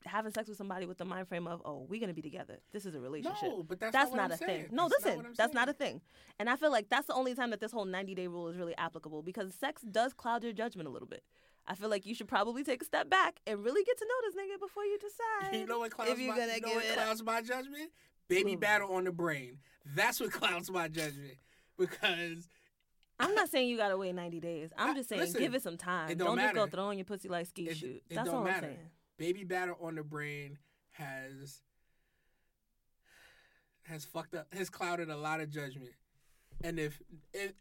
Speaker 2: having sex with somebody with the mind frame of, oh, we're gonna be together. This is a relationship.
Speaker 1: No, but that's,
Speaker 2: that's
Speaker 1: not,
Speaker 2: not,
Speaker 1: what
Speaker 2: a
Speaker 1: I'm saying.
Speaker 2: thing. No,
Speaker 1: That's
Speaker 2: listen,
Speaker 1: what I'm
Speaker 2: that's not a
Speaker 1: saying.
Speaker 2: thing. And I feel like that's the only time that this whole 90 day rule is really applicable because sex does cloud your judgment a little bit. I feel like you should probably take a step back and really get to know this nigga before you decide.
Speaker 1: You know what clouds,
Speaker 2: if you're
Speaker 1: my,
Speaker 2: gonna
Speaker 1: you know
Speaker 2: give
Speaker 1: what
Speaker 2: it up.
Speaker 1: clouds my judgment? Baby
Speaker 2: Ooh.
Speaker 1: battle on the brain. That's what clouds my judgment. Because
Speaker 2: I'm not saying you gotta wait 90 days. I'm
Speaker 1: I-
Speaker 2: just saying
Speaker 1: listen,
Speaker 2: give it some time.
Speaker 1: it don't
Speaker 2: just go
Speaker 1: matter.
Speaker 2: throwing your pussy like ski
Speaker 1: It-
Speaker 2: shoot.
Speaker 1: it
Speaker 2: That's
Speaker 1: don't
Speaker 2: all
Speaker 1: matter.
Speaker 2: I'm saying.
Speaker 1: baby battle on the brain has has fucked up has clouded a lot of judgment. And if if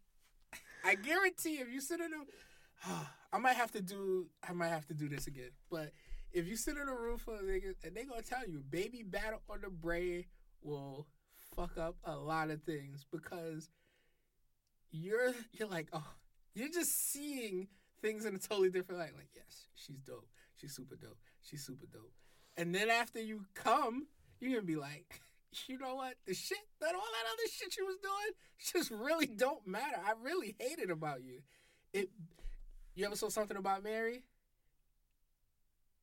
Speaker 1: I guarantee if you sit in a, I might have to do I might have to do this again. But if you sit in a room full of niggas and they gonna tell you baby battle on the brain will fuck up a lot of things because you're you're like oh you're just seeing things in a totally different light. Like yes, she's dope. She's super dope. She's super dope. And then after you come, you're gonna be like, you know what? The shit that all that other shit she was doing just really don't matter. I really hate it about you. It you ever saw something about Mary?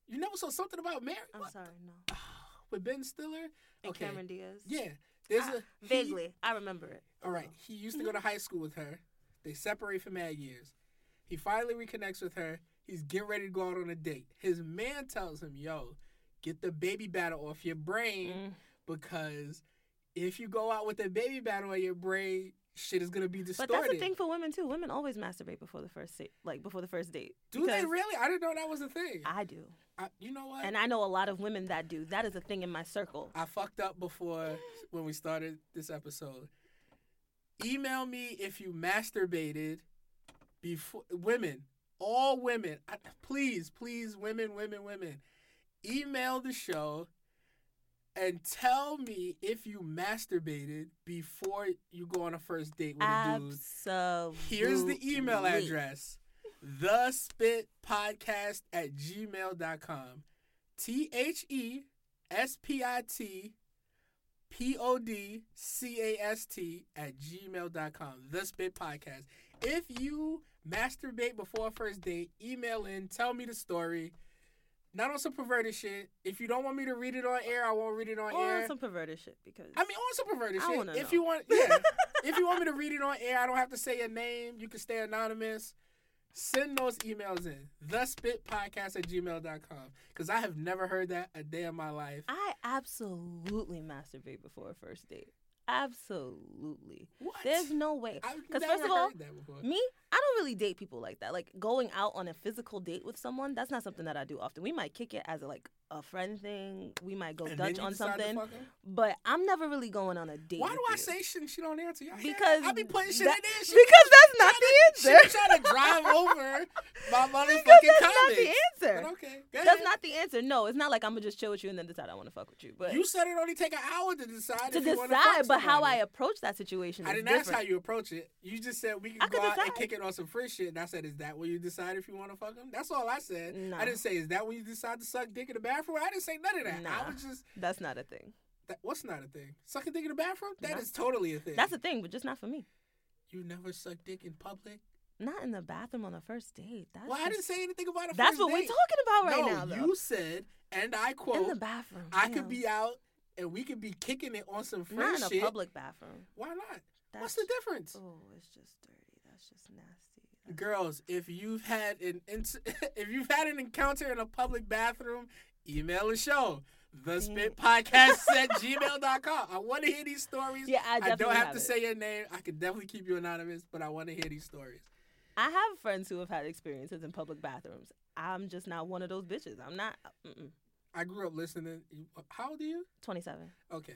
Speaker 1: You never saw something about Mary?
Speaker 2: I'm
Speaker 1: What?
Speaker 2: sorry, no.
Speaker 1: With Ben Stiller?
Speaker 2: And Cameron Diaz.
Speaker 1: Yeah. There's
Speaker 2: I-
Speaker 1: a he-
Speaker 2: Uh, vaguely, I remember it.
Speaker 1: all right. He used to go to high school with her. They separate for mad years. He finally reconnects with her. He's getting ready to go out on a date. His man tells him, yo, get the baby battle off your brain
Speaker 2: Mm.
Speaker 1: because if you go out with a baby battle in your brain, shit is gonna be
Speaker 2: But
Speaker 1: distorted.
Speaker 2: that's the thing for women too. Women always masturbate before the first date, like before the first date.
Speaker 1: Do they
Speaker 2: Because
Speaker 1: really? I didn't know that was a thing. I,
Speaker 2: I do,
Speaker 1: you know what?
Speaker 2: and I know a lot of women that do. That is a thing in my circle.
Speaker 1: I fucked up before when we started this episode. Email me if you masturbated before women, all women. I, please, please, women, women, women. Email the show and tell me if you masturbated before you go on a first date with a dude.
Speaker 2: Absolutely.
Speaker 1: Here's the email address. The Spit Podcast at gmail.com. T H E S P I T P O D C A S T at gmail.com. The Spit Podcast. If you masturbate before a first date, email in, tell me the story. Not on some perverted shit. If you don't want me to read it on air, I won't read it on
Speaker 2: Or
Speaker 1: air.
Speaker 2: on some perverted shit because
Speaker 1: I mean, on some perverted
Speaker 2: I
Speaker 1: shit.
Speaker 2: wanna
Speaker 1: If
Speaker 2: know.
Speaker 1: you want, yeah. if you want me to read it on air, I don't have to say your name. You can stay anonymous. Send those emails in. TheSpitPodcast at gmail.com. Because I have never heard that a day in my life.
Speaker 2: I absolutely masturbate before a first date. Absolutely.
Speaker 1: What?
Speaker 2: There's no way.
Speaker 1: I've
Speaker 2: Because
Speaker 1: never
Speaker 2: first of all,
Speaker 1: heard that before.
Speaker 2: me, I don't really date people like that. Like going out on a physical date with someone, that's not something that I do often. We might kick it as a, like a friend thing. We might go
Speaker 1: And then
Speaker 2: Dutch
Speaker 1: you
Speaker 2: on
Speaker 1: decide to
Speaker 2: something,
Speaker 1: fuck her?
Speaker 2: but I'm never really going on a date.
Speaker 1: Why
Speaker 2: with
Speaker 1: do I
Speaker 2: you.
Speaker 1: say shit and she don't answer? Y'all hear that?
Speaker 2: Because
Speaker 1: I be putting shit
Speaker 2: that-
Speaker 1: in there. She,
Speaker 2: Because that's not the
Speaker 1: she
Speaker 2: answer.
Speaker 1: trying to drive over my
Speaker 2: Because
Speaker 1: motherfucking
Speaker 2: that's not the
Speaker 1: comments. But
Speaker 2: answer.
Speaker 1: okay. Go ahead.
Speaker 2: That's not the answer. No, it's not like I'm gonna just chill with you and then decide I want to fuck with you. But
Speaker 1: you said it only take an hour to decide.
Speaker 2: to
Speaker 1: if you wanna
Speaker 2: decide,
Speaker 1: fuck
Speaker 2: but how I
Speaker 1: somebody.
Speaker 2: approach that situation.
Speaker 1: I
Speaker 2: is
Speaker 1: didn't
Speaker 2: different.
Speaker 1: ask how you approach it. You just said we
Speaker 2: I
Speaker 1: can
Speaker 2: could
Speaker 1: go out and
Speaker 2: decide.
Speaker 1: kick it on some free shit. And I said, is that when you decide if you want to fuck him? That's all I said.
Speaker 2: Nah.
Speaker 1: I didn't say, is that when you decide to suck dick in the bathroom? I didn't say none of that.
Speaker 2: Nah.
Speaker 1: I was just,
Speaker 2: That's not a thing.
Speaker 1: that, what's not a thing? Sucking dick in the bathroom? That is
Speaker 2: Nah.
Speaker 1: totally a thing.
Speaker 2: That's a thing, but just not for me.
Speaker 1: you never suck dick in public?
Speaker 2: Not in the bathroom on the first date. That's
Speaker 1: Well, I didn't
Speaker 2: just-
Speaker 1: say anything about it.
Speaker 2: that's what we're talking about right
Speaker 1: no,
Speaker 2: now, though.
Speaker 1: you said, and I
Speaker 2: in the
Speaker 1: quote,
Speaker 2: bathroom.
Speaker 1: I could
Speaker 2: damn.
Speaker 1: be out and we could be kicking it on some free
Speaker 2: not in
Speaker 1: shit.
Speaker 2: a public bathroom.
Speaker 1: Why not?
Speaker 2: That's,
Speaker 1: What's the difference?
Speaker 2: Oh, it's just dirty. That's just nasty. That's-
Speaker 1: girls if you've had an int- if you've had an encounter in a public bathroom email the show the spit podcast at gmail.com i want to hear these stories
Speaker 2: Yeah, I definitely
Speaker 1: don't have, to
Speaker 2: it.
Speaker 1: say your name i can definitely keep you anonymous but i want to hear these stories
Speaker 2: I have friends who have had experiences in public bathrooms. I'm just not one of those bitches. I'm not. Mm-mm.
Speaker 1: i grew up listening how old are you
Speaker 2: 27.
Speaker 1: okay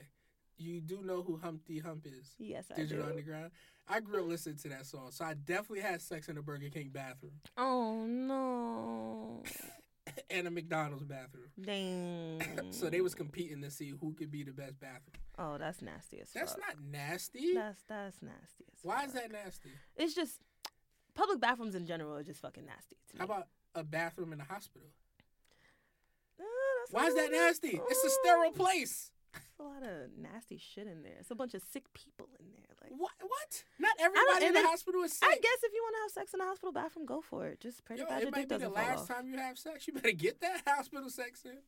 Speaker 1: you do know who humpty hump is
Speaker 2: Yes, I
Speaker 1: digital
Speaker 2: do.
Speaker 1: underground i grew up listening to that song so i definitely had sex in a burger king bathroom
Speaker 2: Oh no.
Speaker 1: and a mcdonald's bathroom
Speaker 2: Dang.
Speaker 1: so they was competing to see who could be the best bathroom
Speaker 2: Oh, that's nasty as
Speaker 1: that's
Speaker 2: fuck.
Speaker 1: not nasty
Speaker 2: That's that's nasty. As
Speaker 1: Why is
Speaker 2: fuck.
Speaker 1: that nasty?
Speaker 2: It's just public bathrooms in general are just fucking nasty. To me.
Speaker 1: How about a bathroom in a hospital?
Speaker 2: Uh, that's
Speaker 1: Why
Speaker 2: a
Speaker 1: is that
Speaker 2: little-
Speaker 1: nasty? It's a
Speaker 2: Ooh,
Speaker 1: sterile place.
Speaker 2: It's a lot of nasty shit in there. It's a bunch of sick people in there. Like,
Speaker 1: What? What? Not everybody in
Speaker 2: and
Speaker 1: the
Speaker 2: then-
Speaker 1: hospital is sick.
Speaker 2: I guess if you want to have sex in a hospital bathroom, go for it. Just pray
Speaker 1: Yo,
Speaker 2: to God your
Speaker 1: it
Speaker 2: dick
Speaker 1: might be the
Speaker 2: doesn't fall
Speaker 1: last
Speaker 2: off.
Speaker 1: time you have sex. You better get that hospital sex in.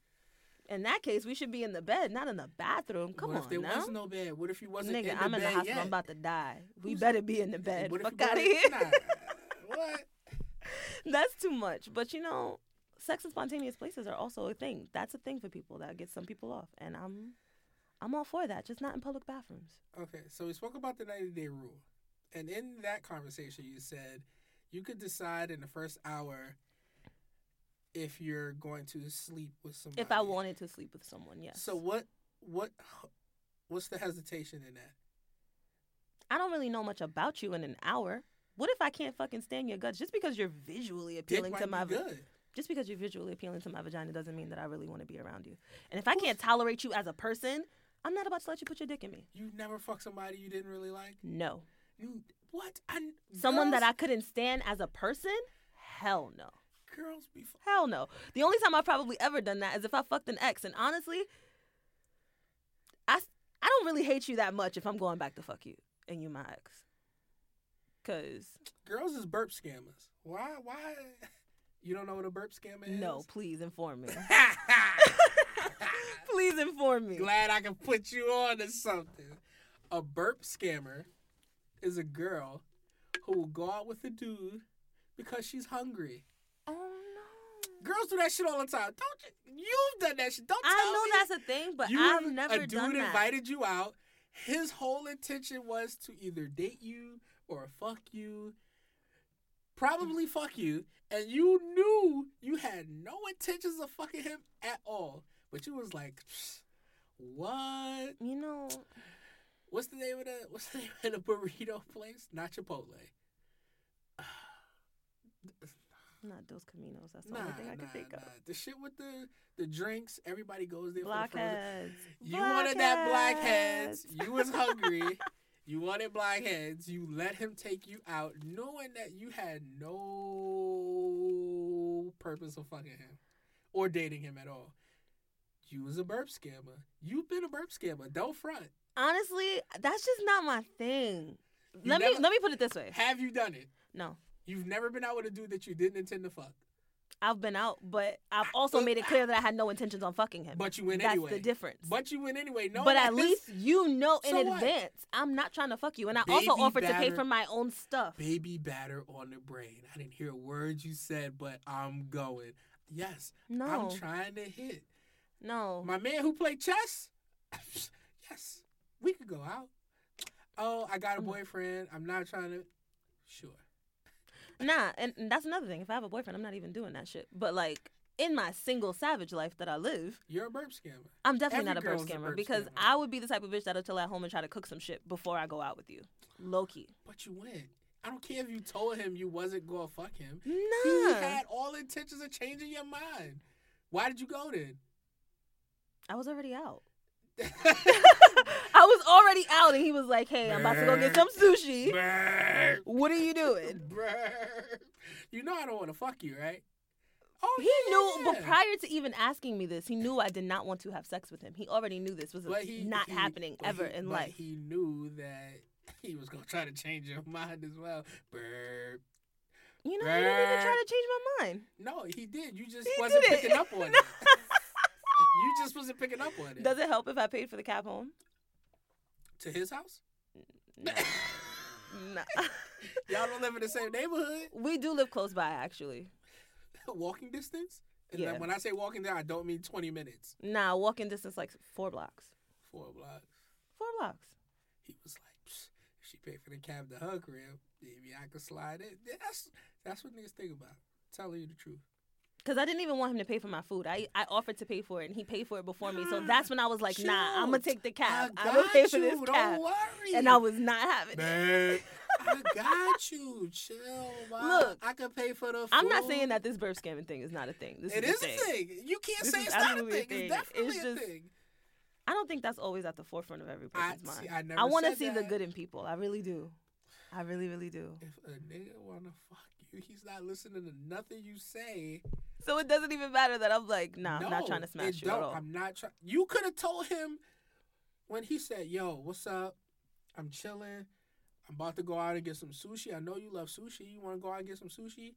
Speaker 2: In that case, we should be in the bed, not in the bathroom. Come
Speaker 1: what
Speaker 2: on
Speaker 1: if there
Speaker 2: now.
Speaker 1: was no bed? What if you wasn't
Speaker 2: Nigga,
Speaker 1: in the
Speaker 2: I'm
Speaker 1: bed
Speaker 2: in the hospital.
Speaker 1: yet?
Speaker 2: I'm about to die. We
Speaker 1: Who's-
Speaker 2: better be in the bed.
Speaker 1: What if
Speaker 2: Fuck
Speaker 1: you
Speaker 2: out of
Speaker 1: better-
Speaker 2: here.
Speaker 1: Nah, what?
Speaker 2: That's too much. But you know, sex in spontaneous places are also a thing. That's a thing for people that gets some people off, and I'm, I'm all for that. Just not in public bathrooms.
Speaker 1: Okay, so we spoke about the 90 day rule. And in that conversation, you said you could decide in the first hour if you're going to sleep with somebody.
Speaker 2: If I wanted to sleep with someone, yes.
Speaker 1: So what what what's the hesitation in that?
Speaker 2: I don't really know much about you in an hour, What if I can't fucking stand your guts just because you're visually appealing
Speaker 1: might
Speaker 2: to
Speaker 1: be
Speaker 2: my va-
Speaker 1: good.
Speaker 2: just because you're visually appealing to my vagina doesn't mean that I really want to be around you. And if I can't tolerate you as a person, I'm not about to let you put your dick in me.
Speaker 1: You never fuck somebody you didn't really like.
Speaker 2: No.
Speaker 1: You what? I,
Speaker 2: Someone that
Speaker 1: girls-
Speaker 2: I couldn't stand as a person? Hell no.
Speaker 1: girls be. Fu-
Speaker 2: Hell no. The only time I've probably ever done that is if I fucked an ex. And honestly, I, s- I don't really hate you that much if I'm going back to fuck you and you my ex. Cause
Speaker 1: girls is burp scammers. Why? Why? You don't know what a burp scammer is?
Speaker 2: no, please inform me. please inform me.
Speaker 1: Glad I can put you on to something. A burp scammer is a girl who will go out with a dude because she's hungry.
Speaker 2: Oh no.
Speaker 1: Girls do that shit all the time. Don't you? You've done that shit. Don't tell
Speaker 2: I
Speaker 1: me
Speaker 2: know that's a thing, but
Speaker 1: you
Speaker 2: I've
Speaker 1: were-
Speaker 2: never
Speaker 1: a dude
Speaker 2: done that.
Speaker 1: invited you out. His whole intention was to either date you or fuck you, probably fuck you, and you knew you had no intentions of fucking him at all. But you was like, what?
Speaker 2: you know,
Speaker 1: What's the name of the What's the name of the burrito place? Not Chipotle.
Speaker 2: not Dos Caminos. That's the
Speaker 1: Nah,
Speaker 2: only thing I
Speaker 1: nah,
Speaker 2: can think
Speaker 1: nah. The shit with the the drinks. Everybody goes there
Speaker 2: of.
Speaker 1: for the frozen
Speaker 2: Blockheads.
Speaker 1: You wanted that blackheads.
Speaker 2: Blackheads.
Speaker 1: You was hungry. you wanted blackheads. You let him take you out, knowing that you had no purpose of fucking him or dating him at all. You was a burp scammer. You've been a burp scammer. Don't front.
Speaker 2: Honestly, that's just not my thing. Let me
Speaker 1: never-
Speaker 2: let me put it this way.
Speaker 1: Have you done it?
Speaker 2: No,
Speaker 1: You've never been out with a dude that you didn't intend to fuck,
Speaker 2: I've been out, but I've also made it clear that I had no intentions on fucking him.
Speaker 1: but you went
Speaker 2: that's
Speaker 1: anyway.
Speaker 2: the difference.
Speaker 1: But you went anyway. No,
Speaker 2: but at least you know in
Speaker 1: So what?
Speaker 2: advance I'm not trying to fuck you, and I
Speaker 1: Baby
Speaker 2: also offered to
Speaker 1: batter-
Speaker 2: pay for my own stuff.
Speaker 1: baby batter on the brain. I didn't hear a word you said, but I'm going. Yes,
Speaker 2: No,
Speaker 1: I'm trying to hit.
Speaker 2: no.
Speaker 1: My man who played chess? yes. We could go out. Oh, I got a
Speaker 2: Mm.
Speaker 1: boyfriend. I'm not trying to. Sure.
Speaker 2: Nah, and, and that's another thing. If I have a boyfriend, I'm not even doing that shit. But like in my single savage life that I live,
Speaker 1: You're a burp scammer.
Speaker 2: I'm definitely
Speaker 1: Every
Speaker 2: not a burp
Speaker 1: girl's a
Speaker 2: scammer
Speaker 1: burp
Speaker 2: because
Speaker 1: scammer.
Speaker 2: I would be the type of bitch that'll chill at home and try to cook some shit before I go out with you. Low key.
Speaker 1: But you went. I don't care if you told him you wasn't going to fuck him.
Speaker 2: Nah.
Speaker 1: He had all intentions of changing your mind. Why did you go then?
Speaker 2: I was already out. I was already out, and he was like, "Hey, I'm about to go get some sushi.
Speaker 1: Burp.
Speaker 2: What are you doing?"
Speaker 1: Burp. You know I don't want to fuck you, right? Oh,
Speaker 2: He
Speaker 1: yeah,
Speaker 2: knew,
Speaker 1: yeah,
Speaker 2: but
Speaker 1: yeah.
Speaker 2: prior to even asking me this, he knew I did not want to have sex with him. He already knew this was
Speaker 1: But he,
Speaker 2: not
Speaker 1: he-
Speaker 2: happening
Speaker 1: but
Speaker 2: ever
Speaker 1: he-
Speaker 2: in
Speaker 1: but
Speaker 2: life.
Speaker 1: He knew that he was gonna try to change your mind as well. Burp.
Speaker 2: you know, I didn't even try to change my mind.
Speaker 1: No, he did. You just
Speaker 2: He
Speaker 1: wasn't
Speaker 2: didn't.
Speaker 1: picking up on it. You just wasn't picking up on it.
Speaker 2: Does it help if I paid for the cab home?
Speaker 1: to his house?
Speaker 2: No. Nah.
Speaker 1: Y'all don't live in the same neighborhood.
Speaker 2: we do live close by, actually.
Speaker 1: Walking distance? And
Speaker 2: Yeah.
Speaker 1: then when I say walking down, I don't mean twenty minutes.
Speaker 2: Nah, walking distance like four blocks.
Speaker 1: Four blocks.
Speaker 2: Four blocks.
Speaker 1: He was like, "Psh, if she paid for the cab to her crib, maybe I could slide it. That's that's what niggas think about. Telling you the truth.
Speaker 2: Cause I didn't even want him to pay for my food. I, I offered to pay for it, and he paid for it before me. So that's when I was like, "Nah, I'm gonna
Speaker 1: Shoot.
Speaker 2: take the cab.
Speaker 1: I
Speaker 2: I'm
Speaker 1: got
Speaker 2: gonna pay for
Speaker 1: you.
Speaker 2: this
Speaker 1: don't
Speaker 2: cab."
Speaker 1: worry.
Speaker 2: And I was not having it.
Speaker 1: Man, I got you. Chill, man.
Speaker 2: Look,
Speaker 1: I can pay for the. Food.
Speaker 2: I'm not saying that this burp scamming thing is not a thing. This
Speaker 1: It
Speaker 2: is
Speaker 1: is a thing. You can't
Speaker 2: This
Speaker 1: say
Speaker 2: is
Speaker 1: it's not a
Speaker 2: absolutely a
Speaker 1: thing.
Speaker 2: thing.
Speaker 1: It's definitely
Speaker 2: It's
Speaker 1: a
Speaker 2: just-
Speaker 1: thing.
Speaker 2: I don't think that's always at the forefront of every
Speaker 1: I
Speaker 2: person's mind.
Speaker 1: see. I never.
Speaker 2: I want to
Speaker 1: said
Speaker 2: see the
Speaker 1: that.
Speaker 2: good in people. I really do. I really, really do.
Speaker 1: If a nigga wanna fuck you, he's not listening to nothing you say.
Speaker 2: So it doesn't even matter that I'm like, nah, I'm not
Speaker 1: No,
Speaker 2: trying to
Speaker 1: it
Speaker 2: smash you at
Speaker 1: don't.
Speaker 2: all.
Speaker 1: I'm not trying. You could have told him when he said, "Yo, what's up? I'm chilling. I'm about to go out and get some sushi. I know you love sushi. You want to go out and get some sushi?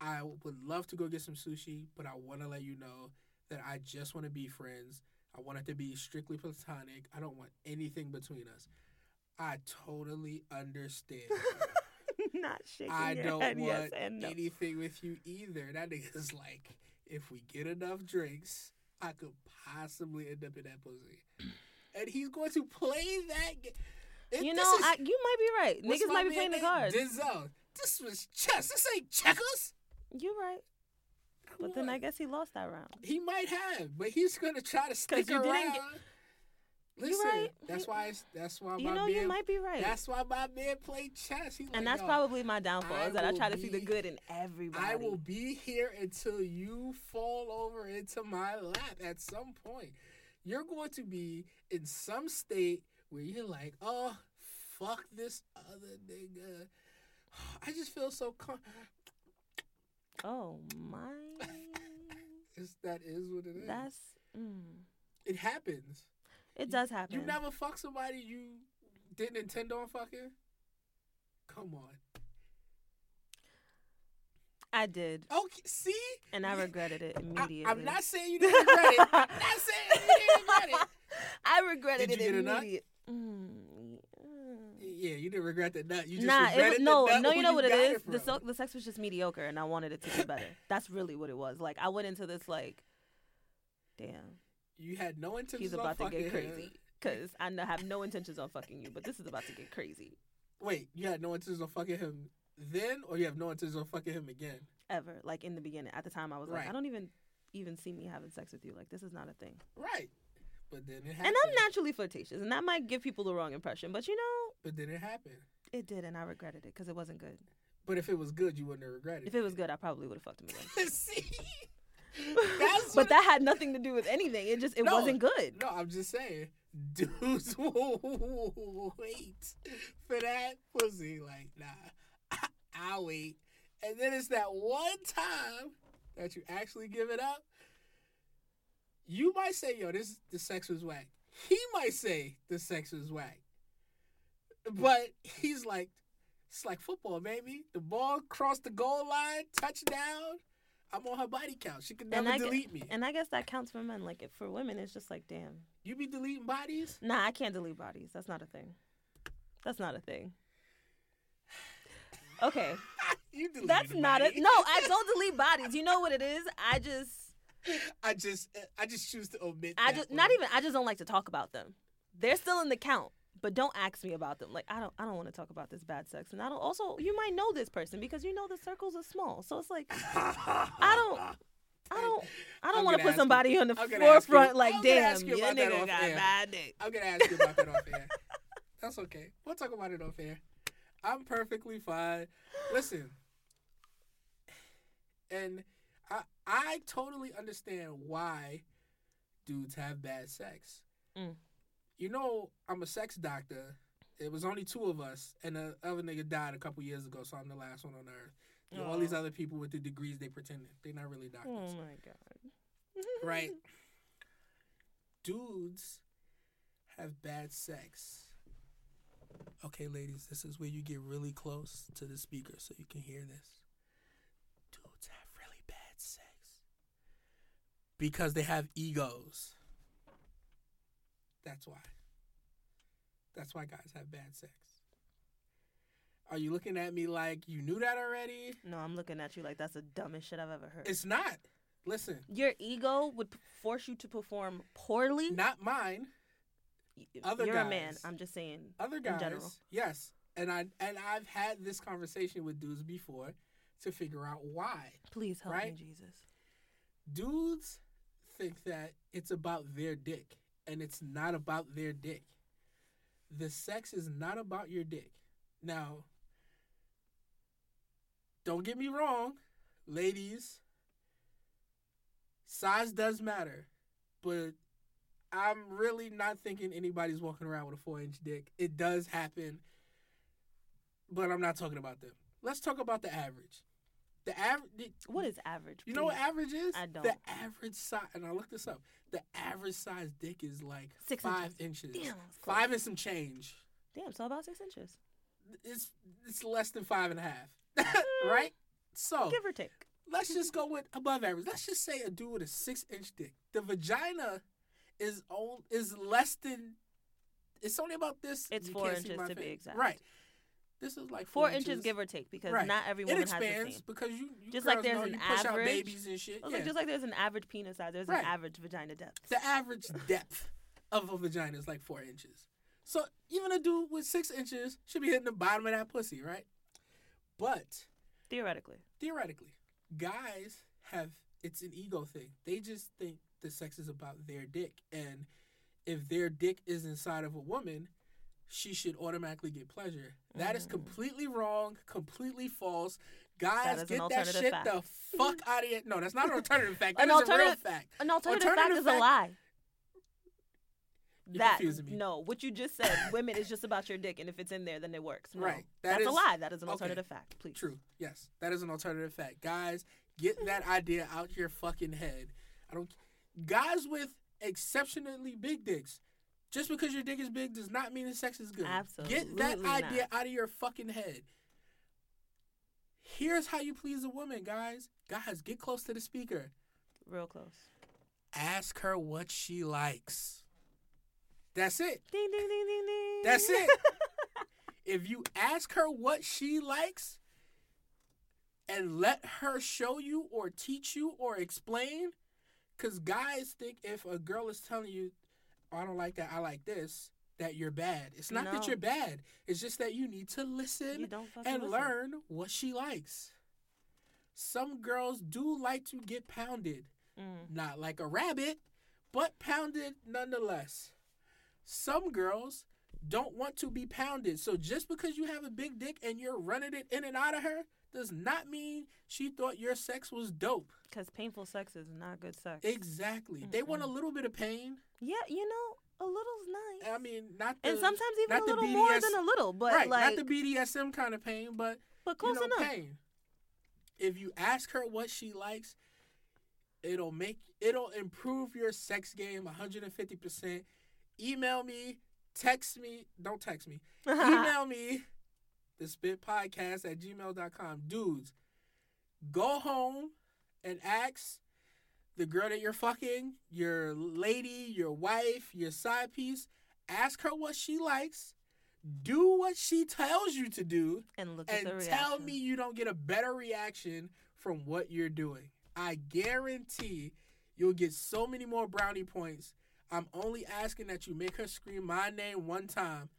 Speaker 1: I would love to go get some sushi, but I want to let you know that I just want to be friends. I want it to be strictly platonic. I don't want anything between us. I totally understand.
Speaker 2: not shaking
Speaker 1: I
Speaker 2: your
Speaker 1: don't
Speaker 2: head.
Speaker 1: want
Speaker 2: yes and no.
Speaker 1: anything with you either. That nigga's like, if we get enough drinks, I could possibly end up in that pussy. And he's going to play that game.
Speaker 2: you know, I, you might be right. Niggas might be playing the cards.
Speaker 1: Denzel, this was chess. This ain't checkers.
Speaker 2: You're right. But then I guess he lost that round.
Speaker 1: he might have, but he's gonna try to stick
Speaker 2: 'Cause you
Speaker 1: around.
Speaker 2: didn't get-
Speaker 1: Listen,
Speaker 2: right.
Speaker 1: that's
Speaker 2: You-
Speaker 1: why. It's, that's why.
Speaker 2: You
Speaker 1: my
Speaker 2: know,
Speaker 1: man,
Speaker 2: you might be right.
Speaker 1: That's why my man played chess. He's like,
Speaker 2: and that's
Speaker 1: "Yo,
Speaker 2: probably my downfall
Speaker 1: I
Speaker 2: is that I
Speaker 1: will
Speaker 2: try to see the
Speaker 1: be-
Speaker 2: good in everybody.
Speaker 1: I will be here until you fall over into my lap at some point. You're going to be in some state where you're like, oh, fuck this other nigga. I just feel so com-
Speaker 2: Oh my.
Speaker 1: it's, That is what it is.
Speaker 2: That's. Mm,
Speaker 1: it happens.
Speaker 2: it does happen.
Speaker 1: You never fuck somebody you didn't intend on fucking? Come on.
Speaker 2: I did,
Speaker 1: Okay, see?
Speaker 2: and I regretted it immediately.
Speaker 1: I, am not saying you didn't regret it. Not saying you didn't regret it.
Speaker 2: I regretted
Speaker 1: Did you
Speaker 2: it
Speaker 1: get a nut?
Speaker 2: immediately. Mm, yeah.
Speaker 1: Yeah, you didn't regret the nut. You just
Speaker 2: Nah, it,
Speaker 1: regretted
Speaker 2: was-
Speaker 1: the
Speaker 2: no,
Speaker 1: nut
Speaker 2: no,
Speaker 1: who
Speaker 2: you know what it
Speaker 1: got
Speaker 2: is. the
Speaker 1: from.
Speaker 2: so, the sex was just mediocre, and I wanted it to be better. That's really what it was. Like I went into this like, damn,
Speaker 1: you had no intention.
Speaker 2: he's about to get crazy because I no- have no intentions on fucking you, but this is about to get crazy.
Speaker 1: Wait, you had no intention of fucking him then, or you have no intention of fucking him again?
Speaker 2: Ever like in the beginning, at the time I was like,
Speaker 1: Right.
Speaker 2: I don't even even see me having sex with you. Like this is not a thing.
Speaker 1: Right. But then it happened.
Speaker 2: And I'm naturally flirtatious, and that might give people the wrong impression. But you know,
Speaker 1: But then it happened.
Speaker 2: it did, and I regretted it because it wasn't good.
Speaker 1: But if it was good, you wouldn't have regretted
Speaker 2: If it was good, I probably would have fucked him again.
Speaker 1: See? That's
Speaker 2: but
Speaker 1: what
Speaker 2: that had nothing to do with anything. It just it
Speaker 1: No,
Speaker 2: wasn't good.
Speaker 1: No, I'm just saying, dudes will wait for that pussy. Like, nah, I, I'll wait. And then it's that one time that you actually give it up. You might say, yo, this the sex was whack. He might say the sex was whack. But he's like, it's like football, baby. The ball crossed the goal line, touchdown. I'm on her body count. She could
Speaker 2: And
Speaker 1: never
Speaker 2: I get-
Speaker 1: delete me.
Speaker 2: And I guess that counts for men. Like if for women, it's just like, damn,
Speaker 1: you be deleting bodies?
Speaker 2: nah, I can't delete bodies. That's not a thing. That's not a thing. Okay,
Speaker 1: You deleted
Speaker 2: that's not
Speaker 1: it.
Speaker 2: a no. I don't delete bodies. You know what it is? I just,
Speaker 1: I just, I just choose to omit.
Speaker 2: I
Speaker 1: that
Speaker 2: just
Speaker 1: one.
Speaker 2: not even. I just don't like to talk about them. They're still in the count, but don't ask me about them. Like I don't, I don't want to talk about this bad sex. And I don't. Also, you might know this person because you know the circles are small. So it's like
Speaker 1: I
Speaker 2: don't- I don't, I
Speaker 1: I'm
Speaker 2: don't
Speaker 1: gonna
Speaker 2: want to put
Speaker 1: ask you-
Speaker 2: somebody on the
Speaker 1: I'm gonna ask you-
Speaker 2: forefront. Like
Speaker 1: I'm gonna ask
Speaker 2: damn,
Speaker 1: you
Speaker 2: your
Speaker 1: about that
Speaker 2: nigga
Speaker 1: off
Speaker 2: got
Speaker 1: air.
Speaker 2: bad dick.
Speaker 1: I'm gonna ask you about that off air. That's okay. We'll talk about it off air. I'm perfectly fine. Listen, and I, I totally understand why dudes have bad sex.
Speaker 2: Mm.
Speaker 1: You know, I'm a sex doctor. It was only two of us, and the other nigga died a couple years ago, so I'm the last one on earth. You know, all these
Speaker 2: Aw.
Speaker 1: other people with the degrees they pretending they're not really doctors
Speaker 2: Oh my god.
Speaker 1: right? Dudes have bad sex. Okay, ladies, this is where you get really close to the speaker so you can hear this. Dudes have really bad sex because they have egos. That's why. That's why guys have bad sex. Are you looking at me like you knew that already?
Speaker 2: No, I'm looking at you like that's the dumbest shit I've ever heard.
Speaker 1: It's not. Listen,
Speaker 2: Your ego would p- force you to perform poorly.
Speaker 1: not mine.
Speaker 2: Y-
Speaker 1: other
Speaker 2: You're a man.
Speaker 1: guys.
Speaker 2: I'm just saying.
Speaker 1: other
Speaker 2: in
Speaker 1: guys
Speaker 2: general.
Speaker 1: yes and i and i've had this conversation with dudes before to figure out why
Speaker 2: Please help
Speaker 1: Right?
Speaker 2: me, Jesus.
Speaker 1: dudes think that it's about their dick and it's not about their dick the sex is not about your dick now don't get me wrong ladies size does matter but i'm really not thinking anybody's walking around with a four inch dick it does happen but i'm not talking about them let's talk about the average the average
Speaker 2: What is average?
Speaker 1: you know what
Speaker 2: please?
Speaker 1: average is?
Speaker 2: I don't.
Speaker 1: The average size, and I looked this up. The average size dick is like
Speaker 2: Six
Speaker 1: five inches.
Speaker 2: Damn, I was close.
Speaker 1: Five and some change.
Speaker 2: Damn, so about six inches,
Speaker 1: It's it's less than five and a half, right? Oh. So
Speaker 2: Mm, give or take.
Speaker 1: let's just go with above average. Let's just say a dude with a six inch dick. The vagina is on, is less than. It's only about this.
Speaker 2: It's
Speaker 1: you
Speaker 2: four
Speaker 1: can't see
Speaker 2: inches
Speaker 1: my
Speaker 2: to be
Speaker 1: face.
Speaker 2: exact.
Speaker 1: Right. This is like four
Speaker 2: Four inches, give or take, because
Speaker 1: Right.
Speaker 2: not every
Speaker 1: It
Speaker 2: woman has the
Speaker 1: expands
Speaker 2: same.
Speaker 1: because you, you
Speaker 2: Just
Speaker 1: girls
Speaker 2: like there's
Speaker 1: know
Speaker 2: an
Speaker 1: you push out
Speaker 2: average.
Speaker 1: babies and shit.
Speaker 2: I was
Speaker 1: yeah.
Speaker 2: like, just like there's an average penis size, there's
Speaker 1: Right.
Speaker 2: an average vagina depth.
Speaker 1: the average depth of a vagina is like four inches. So even a dude with six inches should be hitting the bottom of that pussy, right? But
Speaker 2: Theoretically,
Speaker 1: theoretically, guys have it's an ego thing. They just think the sex is about their dick and if their dick is inside of a woman, she should automatically get pleasure. That is
Speaker 2: Mm.
Speaker 1: completely wrong, completely false. Guys,
Speaker 2: is an
Speaker 1: get that
Speaker 2: alternative
Speaker 1: shit
Speaker 2: fact.
Speaker 1: the fuck out of here. No, that's not an alternative fact.
Speaker 2: An
Speaker 1: That is a real
Speaker 2: alternative-
Speaker 1: fact.
Speaker 2: An alternative, fact
Speaker 1: Alternative
Speaker 2: is
Speaker 1: fact-
Speaker 2: a lie.
Speaker 1: You're
Speaker 2: that
Speaker 1: confusing me.
Speaker 2: no, what you just said, women is just about your dick, and if it's in there, then it works. No,
Speaker 1: Right. That
Speaker 2: that's a
Speaker 1: is-
Speaker 2: lie. That is an
Speaker 1: okay.
Speaker 2: alternative fact. Please.
Speaker 1: True. Yes, that is an alternative fact. Guys,
Speaker 2: Hmm.
Speaker 1: get that idea out your fucking head. I don't. Guys with exceptionally big dicks. Just because your dick is big does not mean the sex is good. Get that
Speaker 2: Absolutely not.
Speaker 1: idea out of your fucking head. Here's how you please a woman, guys. Guys, get close to the speaker.
Speaker 2: Real close.
Speaker 1: Ask her what she likes. That's it.
Speaker 2: Ding ding ding ding ding.
Speaker 1: That's it. if you ask her what she likes and let her show you or teach you or explain, because guys think if a girl is telling you, "Oh, I don't like that, I like this, that you're bad. It's not that
Speaker 2: No.
Speaker 1: you're bad, it's just that you need to listen
Speaker 2: you don't fucking
Speaker 1: and
Speaker 2: listen.
Speaker 1: learn what she likes. Some girls do like to get pounded
Speaker 2: Mm.
Speaker 1: not like a rabbit, but pounded nonetheless. Some girls don't want to be pounded. So just because you have a big dick and you're running it in and out of her does not mean she thought your sex was dope.
Speaker 2: Because painful sex is not good sex.
Speaker 1: Exactly. They want a little bit of pain.
Speaker 2: yeah, you know, a little's nice.
Speaker 1: I mean, not the,
Speaker 2: and sometimes even
Speaker 1: not
Speaker 2: a
Speaker 1: the
Speaker 2: little more
Speaker 1: BDS
Speaker 2: than a little, but
Speaker 1: right,
Speaker 2: like,
Speaker 1: not the BDSM kind of pain, but
Speaker 2: but close
Speaker 1: you know,
Speaker 2: enough.
Speaker 1: pain. If you ask her what she likes, it'll make it'll improve your sex game 150%. Email me, text me, don't text me. Email me the spit podcast at gmail.com. Dudes, go home and ask the girl that you're fucking, your lady, your wife, your side piece, ask her what she likes. Do what she tells you to do
Speaker 2: and look at
Speaker 1: and
Speaker 2: the reaction.
Speaker 1: tell me you don't get a better reaction from what you're doing. I guarantee you'll get so many more brownie points. I'm only asking that you make her scream my name one time.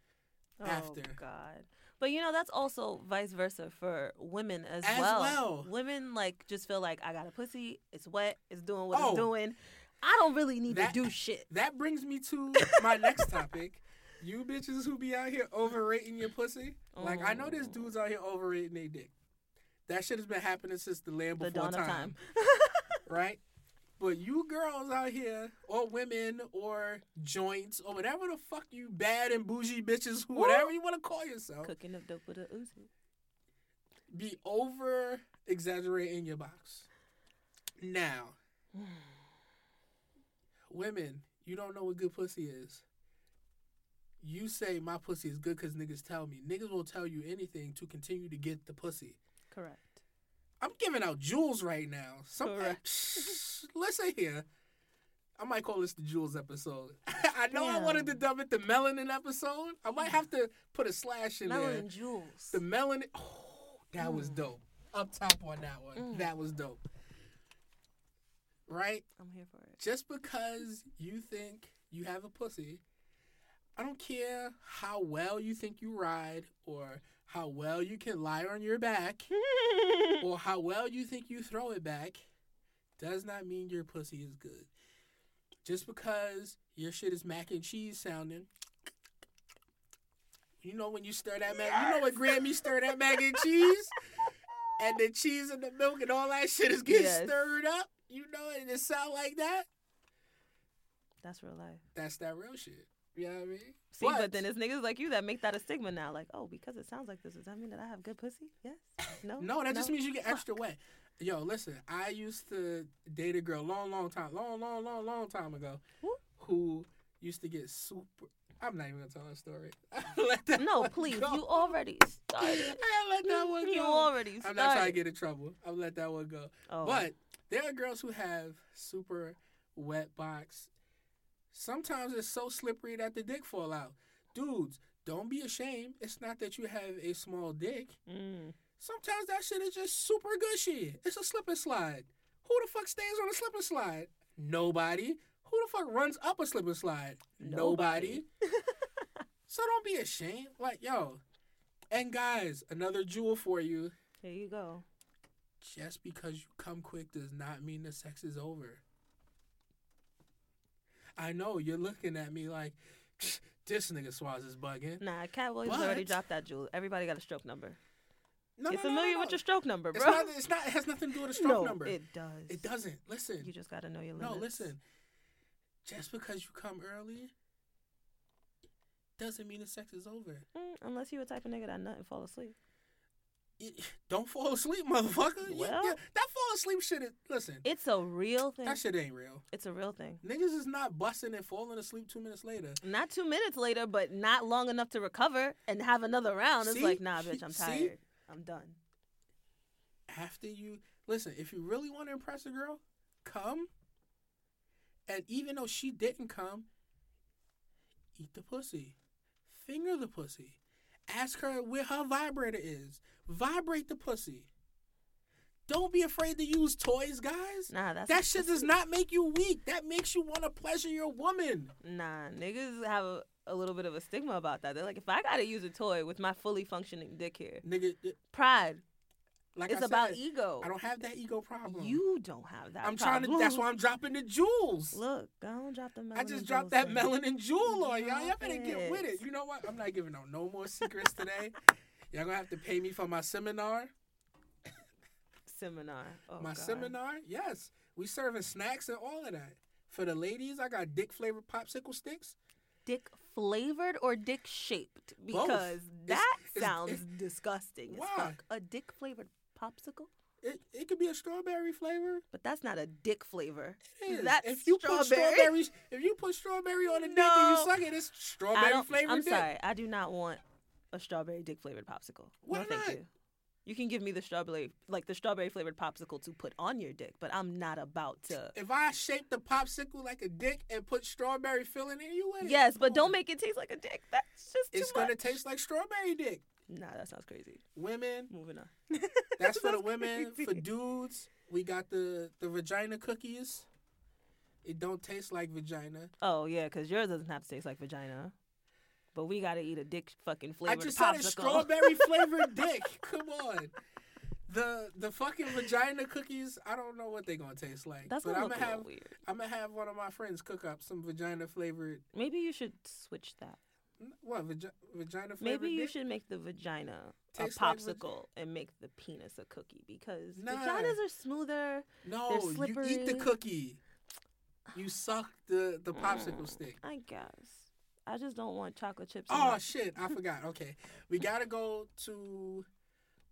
Speaker 2: oh,
Speaker 1: after.
Speaker 2: God. But you know that's also vice versa for women as,
Speaker 1: As
Speaker 2: well.
Speaker 1: well.
Speaker 2: Women like just feel like I got a pussy. It's wet. It's doing what
Speaker 1: Oh.
Speaker 2: it's doing. I don't really need
Speaker 1: That-
Speaker 2: to do shit.
Speaker 1: That brings me to my next topic. You bitches who be out here overrating your pussy. Like I know there's
Speaker 2: Oh.
Speaker 1: dudes out here overrating their dick. That shit has been happening since the land before
Speaker 2: The dawn
Speaker 1: time,
Speaker 2: of time.
Speaker 1: right? But you girls out here, or women, or joints, or whatever the fuck you bad and bougie bitches, who whatever you want to call yourself,
Speaker 2: Cooking up dope with a Uzi.
Speaker 1: be over exaggerating your box. Now, women, you don't know what good pussy is. You say my pussy is good because niggas tell me. Niggas will tell you anything to continue to get the pussy.
Speaker 2: Correct.
Speaker 1: I'm giving out jewels right now. Some,
Speaker 2: Correct.
Speaker 1: listen here. I might call this the jewels episode. I know I wanted to
Speaker 2: Damn.
Speaker 1: dub it the melanin episode. I might have to put a slash in there.
Speaker 2: Melon Jules.
Speaker 1: The melanin. Oh, that was dope. Up top on that one.
Speaker 2: Mm.
Speaker 1: That was dope. Right?
Speaker 2: I'm here for it.
Speaker 1: Just because you think you have a pussy, I don't care how well you think you ride or how well you can lie on your back or how well you think you throw it back does not mean your pussy is good. Just because your shit is mac and cheese sounding. You know when you stir that mac, you know when Grammy stir that mac and cheese, and the cheese and the milk and all that shit is getting
Speaker 2: Yes.
Speaker 1: stirred up. You know, and it sound like that.
Speaker 2: That's real life.
Speaker 1: That's that real shit. You know what I mean?
Speaker 2: See, but, then it's niggas like you that make that a stigma now. Like, oh, because it sounds like this, does that mean that I have good pussy? Yes. No.
Speaker 1: No, that just means you get extra wet. Yo, listen, I used to date a girl long, long time, long, long, long, long time ago,
Speaker 2: Who?
Speaker 1: who used to get super. I'm not even gonna tell that story. let that
Speaker 2: No,
Speaker 1: one
Speaker 2: please.
Speaker 1: go.
Speaker 2: You already started.
Speaker 1: I let that one
Speaker 2: you
Speaker 1: go.
Speaker 2: already started.
Speaker 1: I'm not trying to get in trouble. I'll let that one go.
Speaker 2: oh,
Speaker 1: But there are girls who have super wet box. Sometimes it's so slippery that the dick fall out. Dudes, don't be ashamed. It's not that you have a small dick.
Speaker 2: Mm.
Speaker 1: Sometimes that shit is just super good shit. It's a slip and slide. Who the fuck stays on a slip and slide? Nobody. Who the fuck runs up a slip and slide? Nobody.
Speaker 2: Nobody.
Speaker 1: so don't be ashamed. Like, yo. And guys, another jewel for you.
Speaker 2: Here you go.
Speaker 1: Just because you come quick does not mean the sex is over. I know you're looking at me like this nigga Swaz is bugging.
Speaker 2: Nah, Cat Williams already
Speaker 1: But-
Speaker 2: dropped that jewel. Everybody got a stroke number.
Speaker 1: No,
Speaker 2: Get
Speaker 1: no, no,
Speaker 2: familiar
Speaker 1: no, no.
Speaker 2: with your stroke number, bro.
Speaker 1: It's not. It's not. It has nothing to do with a stroke
Speaker 2: no,
Speaker 1: number.
Speaker 2: it does.
Speaker 1: It doesn't. Listen.
Speaker 2: You just gotta know your
Speaker 1: No,
Speaker 2: limits.
Speaker 1: listen. Just because you come early doesn't mean the sex is over.
Speaker 2: Mm, unless you a type of nigga that nut and fall asleep.
Speaker 1: You- Don't fall asleep, motherfucker. You-
Speaker 2: Well-
Speaker 1: yeah, that fall asleep shit is. Listen,
Speaker 2: It's a real thing.
Speaker 1: that shit ain't real.
Speaker 2: It's a real thing.
Speaker 1: Niggas is not busting and falling asleep two minutes later.
Speaker 2: Not two minutes later, but not long enough to recover and have another round. It's
Speaker 1: See?
Speaker 2: like, nah, bitch, I'm
Speaker 1: See?
Speaker 2: tired. I'm done.
Speaker 1: After you. Listen, if you really want to impress a girl, come. And even though she didn't come, eat the pussy. Finger the pussy. Ask her where her vibrator is. Vibrate the pussy. Don't be afraid to use toys, guys.
Speaker 2: Nah, that's
Speaker 1: That shit does not make you weak. That makes you want to pleasure your woman.
Speaker 2: Nah, niggas have a, a little bit of a stigma about that. They're like, if I gotta use a toy with my fully functioning dick here,
Speaker 1: Nigga, it-
Speaker 2: pride.
Speaker 1: like
Speaker 2: it's
Speaker 1: I
Speaker 2: about
Speaker 1: said,
Speaker 2: ego.
Speaker 1: I don't have that ego problem.
Speaker 2: You don't have that.
Speaker 1: Mm-hmm. I'm trying to,
Speaker 2: problem.
Speaker 1: that's why I'm dropping the jewels.
Speaker 2: Look, I don't drop the melon.
Speaker 1: I just dropped that melanin jewel on y'all. Y'all
Speaker 2: Drop
Speaker 1: better get with
Speaker 2: it.
Speaker 1: it. You know what? I'm not giving out no more secrets today. Y'all gonna have to pay me for my seminar.
Speaker 2: seminar. Oh,
Speaker 1: my
Speaker 2: God.
Speaker 1: seminar? Yes. We serving snacks and all of that. For the ladies, I got dick flavored popsicle sticks.
Speaker 2: Dick flavored or dick shaped?
Speaker 1: Both.
Speaker 2: Because
Speaker 1: It's-
Speaker 2: that
Speaker 1: it's-
Speaker 2: sounds
Speaker 1: it-
Speaker 2: disgusting. as
Speaker 1: Why?
Speaker 2: fuck. A dick flavored popsicle,
Speaker 1: It, it could be a strawberry flavor.
Speaker 2: but that's not a dick flavor.
Speaker 1: It is.
Speaker 2: That's
Speaker 1: if you
Speaker 2: strawberry.
Speaker 1: put strawberry if you put strawberry on a dick and
Speaker 2: No.
Speaker 1: you suck it, it's
Speaker 2: I
Speaker 1: strawberry
Speaker 2: don't,
Speaker 1: flavored
Speaker 2: I'm
Speaker 1: dick.
Speaker 2: sorry. I do not want a strawberry dick flavored popsicle.
Speaker 1: Why
Speaker 2: no, thank
Speaker 1: not?
Speaker 2: you. You can give me the strawberry, like the strawberry flavored popsicle to put on your dick, but I'm not about to.
Speaker 1: If I shape the popsicle like a dick and put strawberry filling in, you with it.
Speaker 2: Yes,
Speaker 1: Come
Speaker 2: but don't
Speaker 1: on.
Speaker 2: make it taste like a dick. That's just too
Speaker 1: It's
Speaker 2: much.
Speaker 1: gonna taste like strawberry dick.
Speaker 2: Nah, that sounds crazy.
Speaker 1: Women,
Speaker 2: Moving on.
Speaker 1: That's for the
Speaker 2: That's
Speaker 1: women. For
Speaker 2: crazy.
Speaker 1: dudes, we got the the vagina cookies. It don't taste like vagina.
Speaker 2: Oh yeah, because yours doesn't have to taste like vagina, but we gotta eat a dick fucking flavored
Speaker 1: I just
Speaker 2: popsicle.
Speaker 1: had a strawberry flavored dick. Come on. The the fucking vagina cookies, I don't know what they gonna taste like.
Speaker 2: That's
Speaker 1: but
Speaker 2: gonna
Speaker 1: I'm
Speaker 2: look
Speaker 1: gonna
Speaker 2: a little
Speaker 1: have
Speaker 2: weird.
Speaker 1: I'm gonna have one of my friends cook up some vagina flavored
Speaker 2: Maybe you should switch that.
Speaker 1: what vagi- vagina flavored
Speaker 2: Maybe you
Speaker 1: dick?
Speaker 2: should make the vagina
Speaker 1: Tastes
Speaker 2: a
Speaker 1: like vag-
Speaker 2: popsicle and make the penis a cookie because
Speaker 1: Nah.
Speaker 2: vaginas are smoother.
Speaker 1: no, you eat the
Speaker 2: slippery. Mm.
Speaker 1: cookie. You suck the the popsicle stick.
Speaker 2: I guess. I just don't want chocolate chips. in
Speaker 1: Oh
Speaker 2: my-
Speaker 1: shit, I forgot. Okay. We gotta go to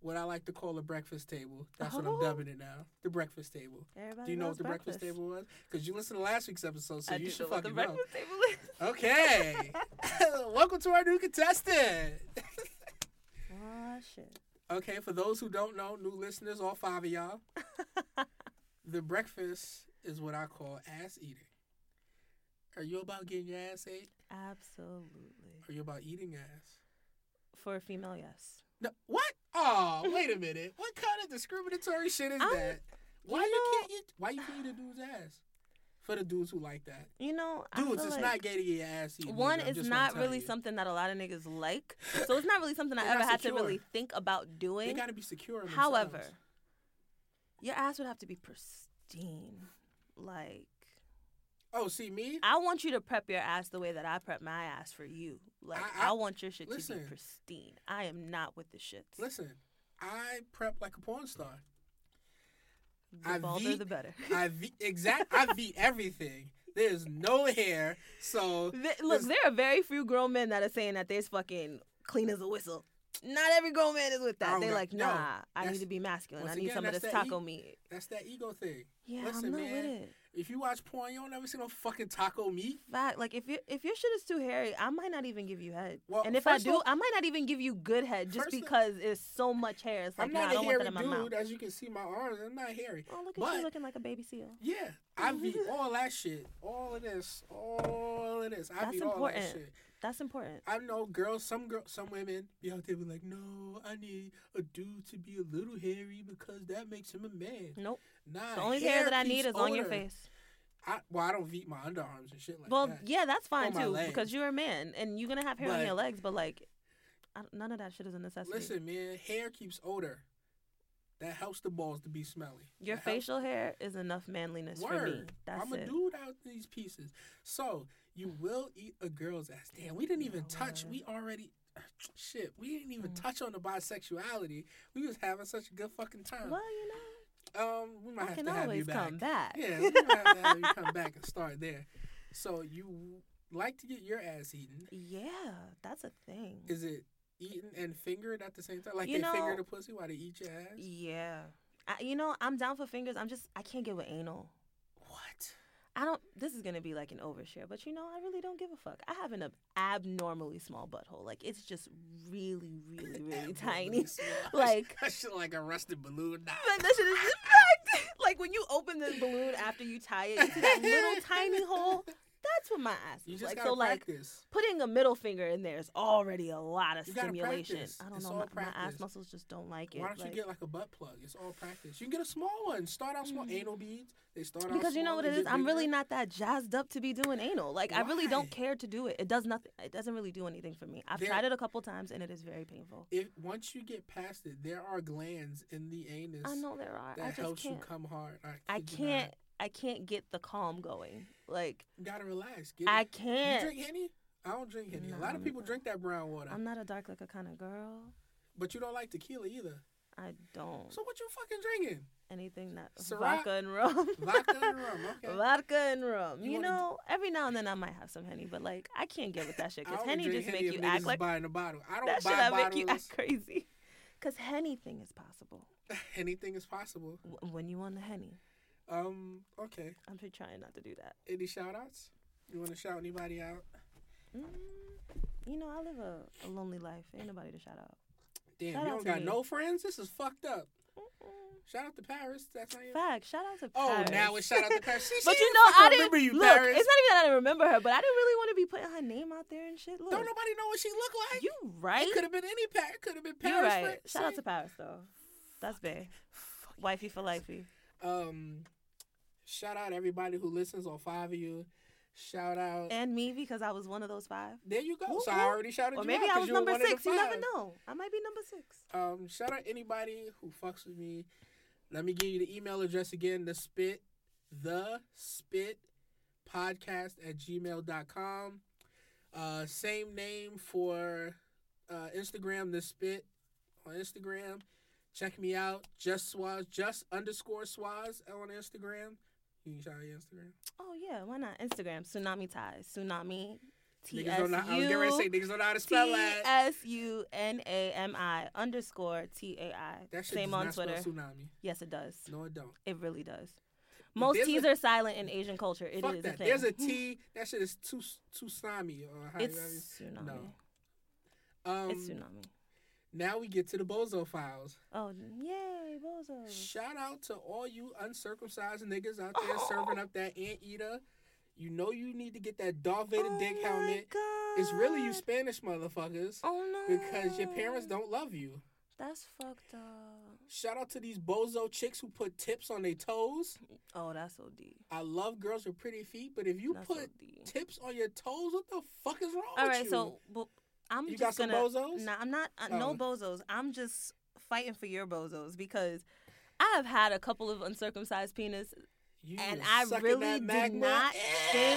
Speaker 1: what I like to call a breakfast table. That's what I'm
Speaker 2: Oh.
Speaker 1: dubbing it now. The breakfast table.
Speaker 2: Everybody
Speaker 1: do you know what
Speaker 2: loves
Speaker 1: the breakfast, table was? Because you listened to last week's episode, so
Speaker 2: I
Speaker 1: you
Speaker 2: do
Speaker 1: should
Speaker 2: know what the
Speaker 1: fucking know.
Speaker 2: breakfast table is.
Speaker 1: Okay. Welcome to our new contestant.
Speaker 2: Oh shit.
Speaker 1: okay, for those who don't know, new listeners, all five of y'all, the breakfast is what I call ass eating. Are you about getting your ass ate?
Speaker 2: Absolutely.
Speaker 1: Are you about eating ass?
Speaker 2: For a female, yes.
Speaker 1: No, what? Oh, wait a minute. What kind of discriminatory shit is
Speaker 2: I'm-
Speaker 1: that? Why you,
Speaker 2: you know-
Speaker 1: can't eat? Why you can't eat a dude's ass? For the dudes who like that,
Speaker 2: You know, I
Speaker 1: dudes,
Speaker 2: feel
Speaker 1: it's
Speaker 2: like
Speaker 1: not gay to get your ass eaten.
Speaker 2: one
Speaker 1: nigga. I'm
Speaker 2: is
Speaker 1: just
Speaker 2: not
Speaker 1: gonna tell
Speaker 2: really
Speaker 1: you.
Speaker 2: something that a lot of niggas like, so it's not really something I
Speaker 1: They're
Speaker 2: ever
Speaker 1: not
Speaker 2: had to
Speaker 1: secure.
Speaker 2: really think about
Speaker 1: They
Speaker 2: doing.
Speaker 1: gotta be secure. in themselves.
Speaker 2: However, your ass would have to be pristine. Like,
Speaker 1: oh, see me.
Speaker 2: I want you to prep your ass the way that I prep my ass for you. Like,
Speaker 1: I-
Speaker 2: I,
Speaker 1: I-
Speaker 2: want your shit to
Speaker 1: listen.
Speaker 2: be pristine. I am not with the shits.
Speaker 1: Listen, I prep like a porn star.
Speaker 2: the
Speaker 1: I
Speaker 2: bolder,
Speaker 1: ve-
Speaker 2: the better.
Speaker 1: I v exact. I v everything. There's no hair, so
Speaker 2: Th- Look,
Speaker 1: there's-
Speaker 2: there are very few grown men that are saying that they're fucking clean as a whistle. Not every grown man is with
Speaker 1: I
Speaker 2: that.
Speaker 1: don't
Speaker 2: They're
Speaker 1: got-
Speaker 2: like,
Speaker 1: no,
Speaker 2: nah, I need
Speaker 1: that's-
Speaker 2: to be masculine. I
Speaker 1: once
Speaker 2: need
Speaker 1: again,
Speaker 2: some of
Speaker 1: that's
Speaker 2: this
Speaker 1: that
Speaker 2: taco
Speaker 1: e-
Speaker 2: meat.
Speaker 1: that's that ego thing.
Speaker 2: Yeah,
Speaker 1: Listen,
Speaker 2: I'm not
Speaker 1: man.
Speaker 2: with it.
Speaker 1: If you watch porn, you don't ever see no fucking taco meat.
Speaker 2: Fact, like if your if your shit is too hairy, I might not even give you head.
Speaker 1: Well,
Speaker 2: and if I
Speaker 1: first
Speaker 2: do,
Speaker 1: off-
Speaker 2: I might not even give you good head just
Speaker 1: First off-
Speaker 2: because it's so much hair. It's like
Speaker 1: I'm
Speaker 2: nah,
Speaker 1: not
Speaker 2: I
Speaker 1: a
Speaker 2: don't want
Speaker 1: hairy
Speaker 2: that in my mouth.
Speaker 1: dude, as you can see my arms. I'm not hairy.
Speaker 2: Oh, look at
Speaker 1: but
Speaker 2: you looking like a baby seal.
Speaker 1: Yeah, I beat all that shit, all of this, all of this. I
Speaker 2: That's
Speaker 1: beat all that
Speaker 2: important.
Speaker 1: shit.
Speaker 2: That's important.
Speaker 1: I know girls, some girl, some women be out there be like, no, I need a dude to be a little hairy because that makes him a man.
Speaker 2: Nope.
Speaker 1: Nah,
Speaker 2: Mm. The only hair that I need
Speaker 1: Uh, keeps
Speaker 2: is on your
Speaker 1: odor.
Speaker 2: face.
Speaker 1: I, well, I don't beat my underarms and shit like
Speaker 2: well,
Speaker 1: that.
Speaker 2: yeah, that's fine
Speaker 1: my
Speaker 2: too
Speaker 1: legs.
Speaker 2: because you're a man and you're gonna have hair on
Speaker 1: But-
Speaker 2: your legs. But like, I don't- none of that shit is a necessity.
Speaker 1: Listen, man, hair keeps odor. That helps the balls to be smelly.
Speaker 2: Your
Speaker 1: That helps-
Speaker 2: facial hair is enough manliness for me.
Speaker 1: Word.
Speaker 2: That's
Speaker 1: I'm a
Speaker 2: it.
Speaker 1: dude out in these pieces. So you will eat a girl's ass. Damn, we didn't even
Speaker 2: No
Speaker 1: touch.
Speaker 2: way.
Speaker 1: We already. Shit, we didn't even
Speaker 2: Mm.
Speaker 1: touch on the bisexuality. We was having such a good fucking time.
Speaker 2: well, you know,
Speaker 1: Um, we might
Speaker 2: I
Speaker 1: have
Speaker 2: can
Speaker 1: to have you
Speaker 2: always
Speaker 1: back.
Speaker 2: come back.
Speaker 1: Yeah, we might have to have you come back and start there. So you like to get your ass eaten?
Speaker 2: Yeah, that's a thing.
Speaker 1: Is it eaten and fingered at the same time? Like
Speaker 2: You
Speaker 1: they
Speaker 2: know-
Speaker 1: finger the pussy while they eat your ass?
Speaker 2: yeah, I, you know, I'm down for fingers. I'm just I can't get with anal.
Speaker 1: What?
Speaker 2: I don't. This is gonna be like an overshare, but you know, I really don't give a fuck. I have an ab- abnormally small butthole. Like it's just really, really, really tiny. Like-
Speaker 1: that shit like a rusted balloon. Nah.
Speaker 2: Like that shit is just packed. like when you open this balloon after you tie it, you see that little tiny hole. That's what my ass
Speaker 1: You
Speaker 2: is
Speaker 1: just
Speaker 2: like.
Speaker 1: gotta
Speaker 2: So like
Speaker 1: practice.
Speaker 2: putting a middle finger in there is already a lot of
Speaker 1: You gotta
Speaker 2: stimulation.
Speaker 1: practice.
Speaker 2: I don't
Speaker 1: It's
Speaker 2: know,
Speaker 1: all
Speaker 2: my, my
Speaker 1: practice.
Speaker 2: ass muscles just don't like it.
Speaker 1: Why don't
Speaker 2: like-
Speaker 1: you get like a butt plug? It's all practice. You can get a small one. Start out small.
Speaker 2: Mm.
Speaker 1: Anal beads. They start out
Speaker 2: because you know
Speaker 1: small,
Speaker 2: what
Speaker 1: they
Speaker 2: it is,
Speaker 1: get
Speaker 2: I'm
Speaker 1: bigger.
Speaker 2: really not that jazzed up to be doing anal. Like I really
Speaker 1: Why?
Speaker 2: don't care to do it. It does nothing. It doesn't really do anything for me. I've
Speaker 1: There-
Speaker 2: tried it a couple times and it is very painful.
Speaker 1: If once you get past it, there are glands in the anus
Speaker 2: I know there are.
Speaker 1: that
Speaker 2: I just
Speaker 1: helps
Speaker 2: can't.
Speaker 1: you come hard. I,
Speaker 2: I
Speaker 1: kid you not.
Speaker 2: can't. I can't get the calm going. Like
Speaker 1: You gotta relax. Get
Speaker 2: I
Speaker 1: it. You
Speaker 2: can't.
Speaker 1: drink henny? I don't drink henny. a
Speaker 2: No,
Speaker 1: lot of
Speaker 2: I'm
Speaker 1: people
Speaker 2: not.
Speaker 1: drink that brown water,
Speaker 2: I'm not a dark liquor kind of girl.
Speaker 1: but you don't like tequila either.
Speaker 2: I don't.
Speaker 1: So what you fucking drinking?
Speaker 2: Anything that
Speaker 1: Ciroc-
Speaker 2: vodka and rum.
Speaker 1: Vodka and rum. Okay.
Speaker 2: Vodka and rum.
Speaker 1: You
Speaker 2: You,
Speaker 1: wanna d-
Speaker 2: know, every now and then I might have some henny, but like I can't get with that shit
Speaker 1: I
Speaker 2: because
Speaker 1: only
Speaker 2: henny
Speaker 1: drink
Speaker 2: just make
Speaker 1: Henny if
Speaker 2: you
Speaker 1: niggas
Speaker 2: act
Speaker 1: is
Speaker 2: like
Speaker 1: buying a bottle. I don't
Speaker 2: that
Speaker 1: buy
Speaker 2: shit. I
Speaker 1: bottles.
Speaker 2: make you act crazy. Cause anything is possible
Speaker 1: Anything is possible.
Speaker 2: w- when you want the henny.
Speaker 1: Um. Okay.
Speaker 2: I'm just trying not to do that.
Speaker 1: Any shout outs? You want to shout anybody out?
Speaker 2: Mm, Mm-hmm. you know, I live a, a lonely life. Ain't nobody to shout out.
Speaker 1: Damn,
Speaker 2: Shout
Speaker 1: you
Speaker 2: out
Speaker 1: don't
Speaker 2: to
Speaker 1: got
Speaker 2: me.
Speaker 1: no friends? This is fucked up.
Speaker 2: Mm-mm.
Speaker 1: Shout out to Paris. That's not your.
Speaker 2: Fact, shout out to
Speaker 1: Oh,
Speaker 2: Paris.
Speaker 1: now it's shout out to Paris. See,
Speaker 2: But
Speaker 1: she
Speaker 2: you
Speaker 1: didn't
Speaker 2: know,
Speaker 1: fucking
Speaker 2: I didn't
Speaker 1: remember you,
Speaker 2: look.
Speaker 1: Paris.
Speaker 2: It's not even that I didn't remember her, but I didn't really want to be putting her name out there and shit. Look,
Speaker 1: don't nobody know what she looked like.
Speaker 2: you right?
Speaker 1: It could have been any Paris. Could have been Paris.
Speaker 2: You're right.
Speaker 1: Fran-
Speaker 2: Shout out
Speaker 1: see?
Speaker 2: to Paris though. That's bad.
Speaker 1: Fucking
Speaker 2: Wifey for
Speaker 1: Paris.
Speaker 2: lifey.
Speaker 1: Um, shout out everybody who listens. All five of you. Shout out.
Speaker 2: And me because I was one of those five.
Speaker 1: there you go.
Speaker 2: Woo,
Speaker 1: so I
Speaker 2: woo.
Speaker 1: already shouted
Speaker 2: Or
Speaker 1: you
Speaker 2: maybe
Speaker 1: out
Speaker 2: I
Speaker 1: 'cause
Speaker 2: was
Speaker 1: you were
Speaker 2: number
Speaker 1: one of the
Speaker 2: six. You never
Speaker 1: five.
Speaker 2: know. I might be number six.
Speaker 1: Um, shout out anybody who fucks with me. Let me give you the email address again, the spit the spit podcast at gmail.com. Uh same name for uh Instagram, the spit on Instagram. Check me out. Just swaz, just underscore swaz on Instagram. You can shout out your Instagram.
Speaker 2: Oh yeah, why not? Instagram, Tsunami Ties. Tsunami T
Speaker 1: Niggas don't know. I was getting ready to say
Speaker 2: S U
Speaker 1: niggas don't know how to
Speaker 2: T
Speaker 1: spell that.
Speaker 2: S U N A M I underscore T A I.
Speaker 1: That shit
Speaker 2: Same
Speaker 1: does
Speaker 2: on
Speaker 1: not spell
Speaker 2: Twitter.
Speaker 1: tsunami.
Speaker 2: Yes, it does.
Speaker 1: No, it don't.
Speaker 2: It really does. Most
Speaker 1: There's a-
Speaker 2: T's are silent in Asian culture. It is
Speaker 1: Fuck
Speaker 2: a
Speaker 1: that.
Speaker 2: thing.
Speaker 1: There's a T. That shit is too too slimy. Or how you-
Speaker 2: It's tsunami.
Speaker 1: No. um,
Speaker 2: It's tsunami.
Speaker 1: Now we get to the Bozo files.
Speaker 2: Oh yay, bozo.
Speaker 1: Shout out to all you uncircumcised niggas out there serving up that anteater. You know you need to get that Darth Vader dick
Speaker 2: Oh my
Speaker 1: helmet. It's really you
Speaker 2: God.
Speaker 1: Spanish motherfuckers
Speaker 2: Oh no.
Speaker 1: because your parents don't love you.
Speaker 2: That's fucked up.
Speaker 1: Shout out to these bozo chicks who put tips on their toes.
Speaker 2: Oh, that's OD.
Speaker 1: I love girls with pretty feet, but if you
Speaker 2: That's
Speaker 1: put
Speaker 2: OD.
Speaker 1: tips on your toes, what the fuck is wrong
Speaker 2: All
Speaker 1: with
Speaker 2: right,
Speaker 1: you?
Speaker 2: so but I'm
Speaker 1: you
Speaker 2: just
Speaker 1: got some
Speaker 2: gonna.
Speaker 1: bozos?
Speaker 2: Nah, I'm not. Uh, No
Speaker 1: Oh.
Speaker 2: bozos. I'm just fighting for your bozos because I have had a couple of uncircumcised penis
Speaker 1: You
Speaker 2: and
Speaker 1: were
Speaker 2: I
Speaker 1: sucking
Speaker 2: really
Speaker 1: that
Speaker 2: did
Speaker 1: magma.
Speaker 2: not think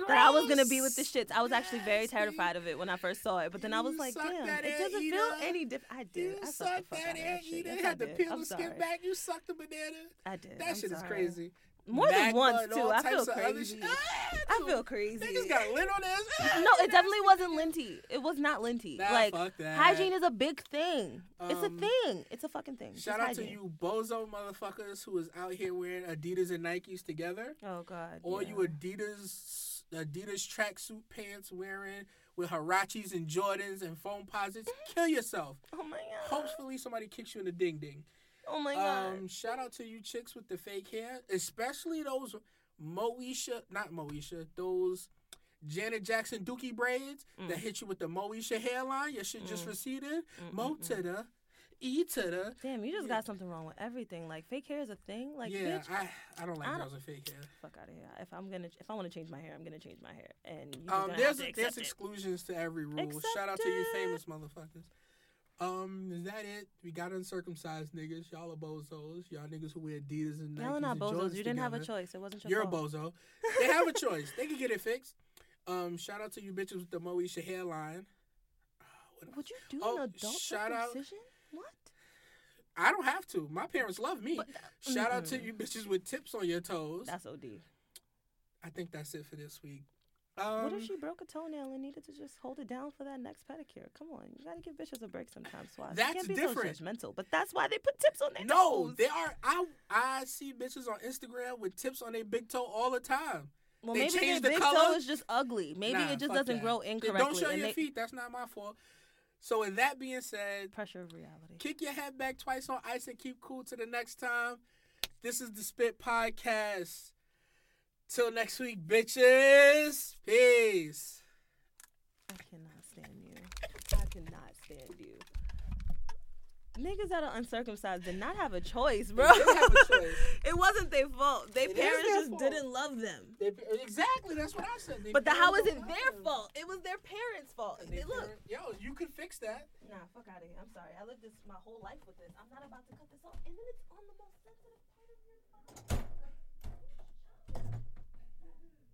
Speaker 1: Ew,
Speaker 2: that I was gonna be
Speaker 1: gross.
Speaker 2: with the shits. I was actually very
Speaker 1: Nasty.
Speaker 2: terrified of it when I first saw it, but then I was
Speaker 1: You
Speaker 2: like,
Speaker 1: suck
Speaker 2: damn,
Speaker 1: that
Speaker 2: it doesn't feel
Speaker 1: anteater.
Speaker 2: any different. I did.
Speaker 1: You
Speaker 2: I sucked
Speaker 1: sucked
Speaker 2: the fuck
Speaker 1: that
Speaker 2: out of that
Speaker 1: You
Speaker 2: shit.
Speaker 1: didn't
Speaker 2: Yes, I
Speaker 1: have to
Speaker 2: did.
Speaker 1: peel
Speaker 2: I'm
Speaker 1: the
Speaker 2: sorry.
Speaker 1: skin back. You sucked the banana.
Speaker 2: I did.
Speaker 1: That
Speaker 2: I'm
Speaker 1: shit is
Speaker 2: sorry.
Speaker 1: crazy.
Speaker 2: More than
Speaker 1: Magma
Speaker 2: once
Speaker 1: and
Speaker 2: too.
Speaker 1: all
Speaker 2: I feel
Speaker 1: types of other
Speaker 2: crazy.
Speaker 1: shit. Ah,
Speaker 2: I
Speaker 1: dude,
Speaker 2: feel crazy.
Speaker 1: Niggas got lint on this. Ah,
Speaker 2: No, it
Speaker 1: nasty.
Speaker 2: definitely wasn't linty. It was not linty.
Speaker 1: Nah,
Speaker 2: like
Speaker 1: fuck that.
Speaker 2: hygiene is a big thing. it's a
Speaker 1: Um,
Speaker 2: thing. It's a fucking thing. Just
Speaker 1: Shout out to
Speaker 2: hygiene.
Speaker 1: you bozo motherfuckers who is out here wearing Adidas and Nikes together,
Speaker 2: Oh God.
Speaker 1: or
Speaker 2: yeah.
Speaker 1: you Adidas Adidas tracksuit pants wearing with Harachis and Jordans and foam posits. Kill yourself.
Speaker 2: Oh my God.
Speaker 1: Hopefully somebody kicks you in the ding ding.
Speaker 2: Oh my God.
Speaker 1: Um, shout out to you chicks with the fake hair, especially those Moesha, not Moesha, those Janet Jackson Dookie braids that hit you with the Moesha hairline. Your shit just receded. Mo to the, E to the.
Speaker 2: Damn, you just
Speaker 1: yeah.
Speaker 2: got something wrong with everything. Like fake hair is a thing. Like
Speaker 1: yeah,
Speaker 2: bitch,
Speaker 1: I I don't like
Speaker 2: I don't-
Speaker 1: girls with fake hair.
Speaker 2: fuck out of here. If I'm gonna, if I want to change my hair, I'm gonna change my hair. And you're
Speaker 1: Um,
Speaker 2: gonna
Speaker 1: there's
Speaker 2: have to
Speaker 1: there's
Speaker 2: accept it.
Speaker 1: exclusions to every rule.
Speaker 2: Accept
Speaker 1: shout out to you
Speaker 2: it.
Speaker 1: famous motherfuckers. Um, is that it? We got uncircumcised niggas. Y'all are bozos. Y'all niggas who wear Adidas and
Speaker 2: Y'all
Speaker 1: Nikes
Speaker 2: are not
Speaker 1: and
Speaker 2: bozos.
Speaker 1: Jordans
Speaker 2: You didn't have a
Speaker 1: together.
Speaker 2: choice. It wasn't your
Speaker 1: You're a
Speaker 2: fault.
Speaker 1: bozo. They have a choice. They can get it fixed. Um, shout out to you bitches with the Moesha hairline. Uh, what else?
Speaker 2: Would you do
Speaker 1: Oh,
Speaker 2: an adult
Speaker 1: shout out-
Speaker 2: circumcision? What?
Speaker 1: I don't have to. My parents love me.
Speaker 2: But that-
Speaker 1: Shout out to
Speaker 2: Mm-mm.
Speaker 1: you bitches with tips on your toes.
Speaker 2: That's OD.
Speaker 1: I think that's it for this week. Um,
Speaker 2: what if she broke a toenail and needed to just hold it down for that next pedicure? Come on, you gotta give bitches a break sometimes. Why?
Speaker 1: That's
Speaker 2: can't be
Speaker 1: different.
Speaker 2: So judgmental, but that's why they put tips on their
Speaker 1: no,
Speaker 2: toes.
Speaker 1: they are. I I see bitches on Instagram with tips on their big toe all the time.
Speaker 2: well,
Speaker 1: they
Speaker 2: maybe their
Speaker 1: changed the
Speaker 2: big
Speaker 1: color?
Speaker 2: toe is just ugly. Maybe
Speaker 1: Nah,
Speaker 2: it just
Speaker 1: fuck
Speaker 2: doesn't
Speaker 1: that.
Speaker 2: grow
Speaker 1: Then
Speaker 2: incorrectly.
Speaker 1: Don't show
Speaker 2: and
Speaker 1: your
Speaker 2: they-
Speaker 1: feet. That's not my fault. So with that being said,
Speaker 2: Pressure of reality.
Speaker 1: kick your head back twice on ice and keep cool till the next time. This is the Spit Podcast. Till next week, bitches. Peace.
Speaker 2: I cannot stand you. I cannot stand you. Niggas that are uncircumcised did not have a choice, bro.
Speaker 1: didn't have a choice.
Speaker 2: it wasn't their fault. Their
Speaker 1: It is
Speaker 2: parents
Speaker 1: their
Speaker 2: just
Speaker 1: fault.
Speaker 2: didn't love them.
Speaker 1: They- exactly, that's what I said. They
Speaker 2: But the, how is
Speaker 1: parents
Speaker 2: it
Speaker 1: don't
Speaker 2: their
Speaker 1: love them.
Speaker 2: fault? It was their parents' fault.
Speaker 1: They
Speaker 2: They, look.
Speaker 1: parent- Yo, you can fix that.
Speaker 2: Nah, fuck out of here. I'm sorry. I lived this my whole life with this. I'm not about to cut this off. And then it's on the most sensitive part.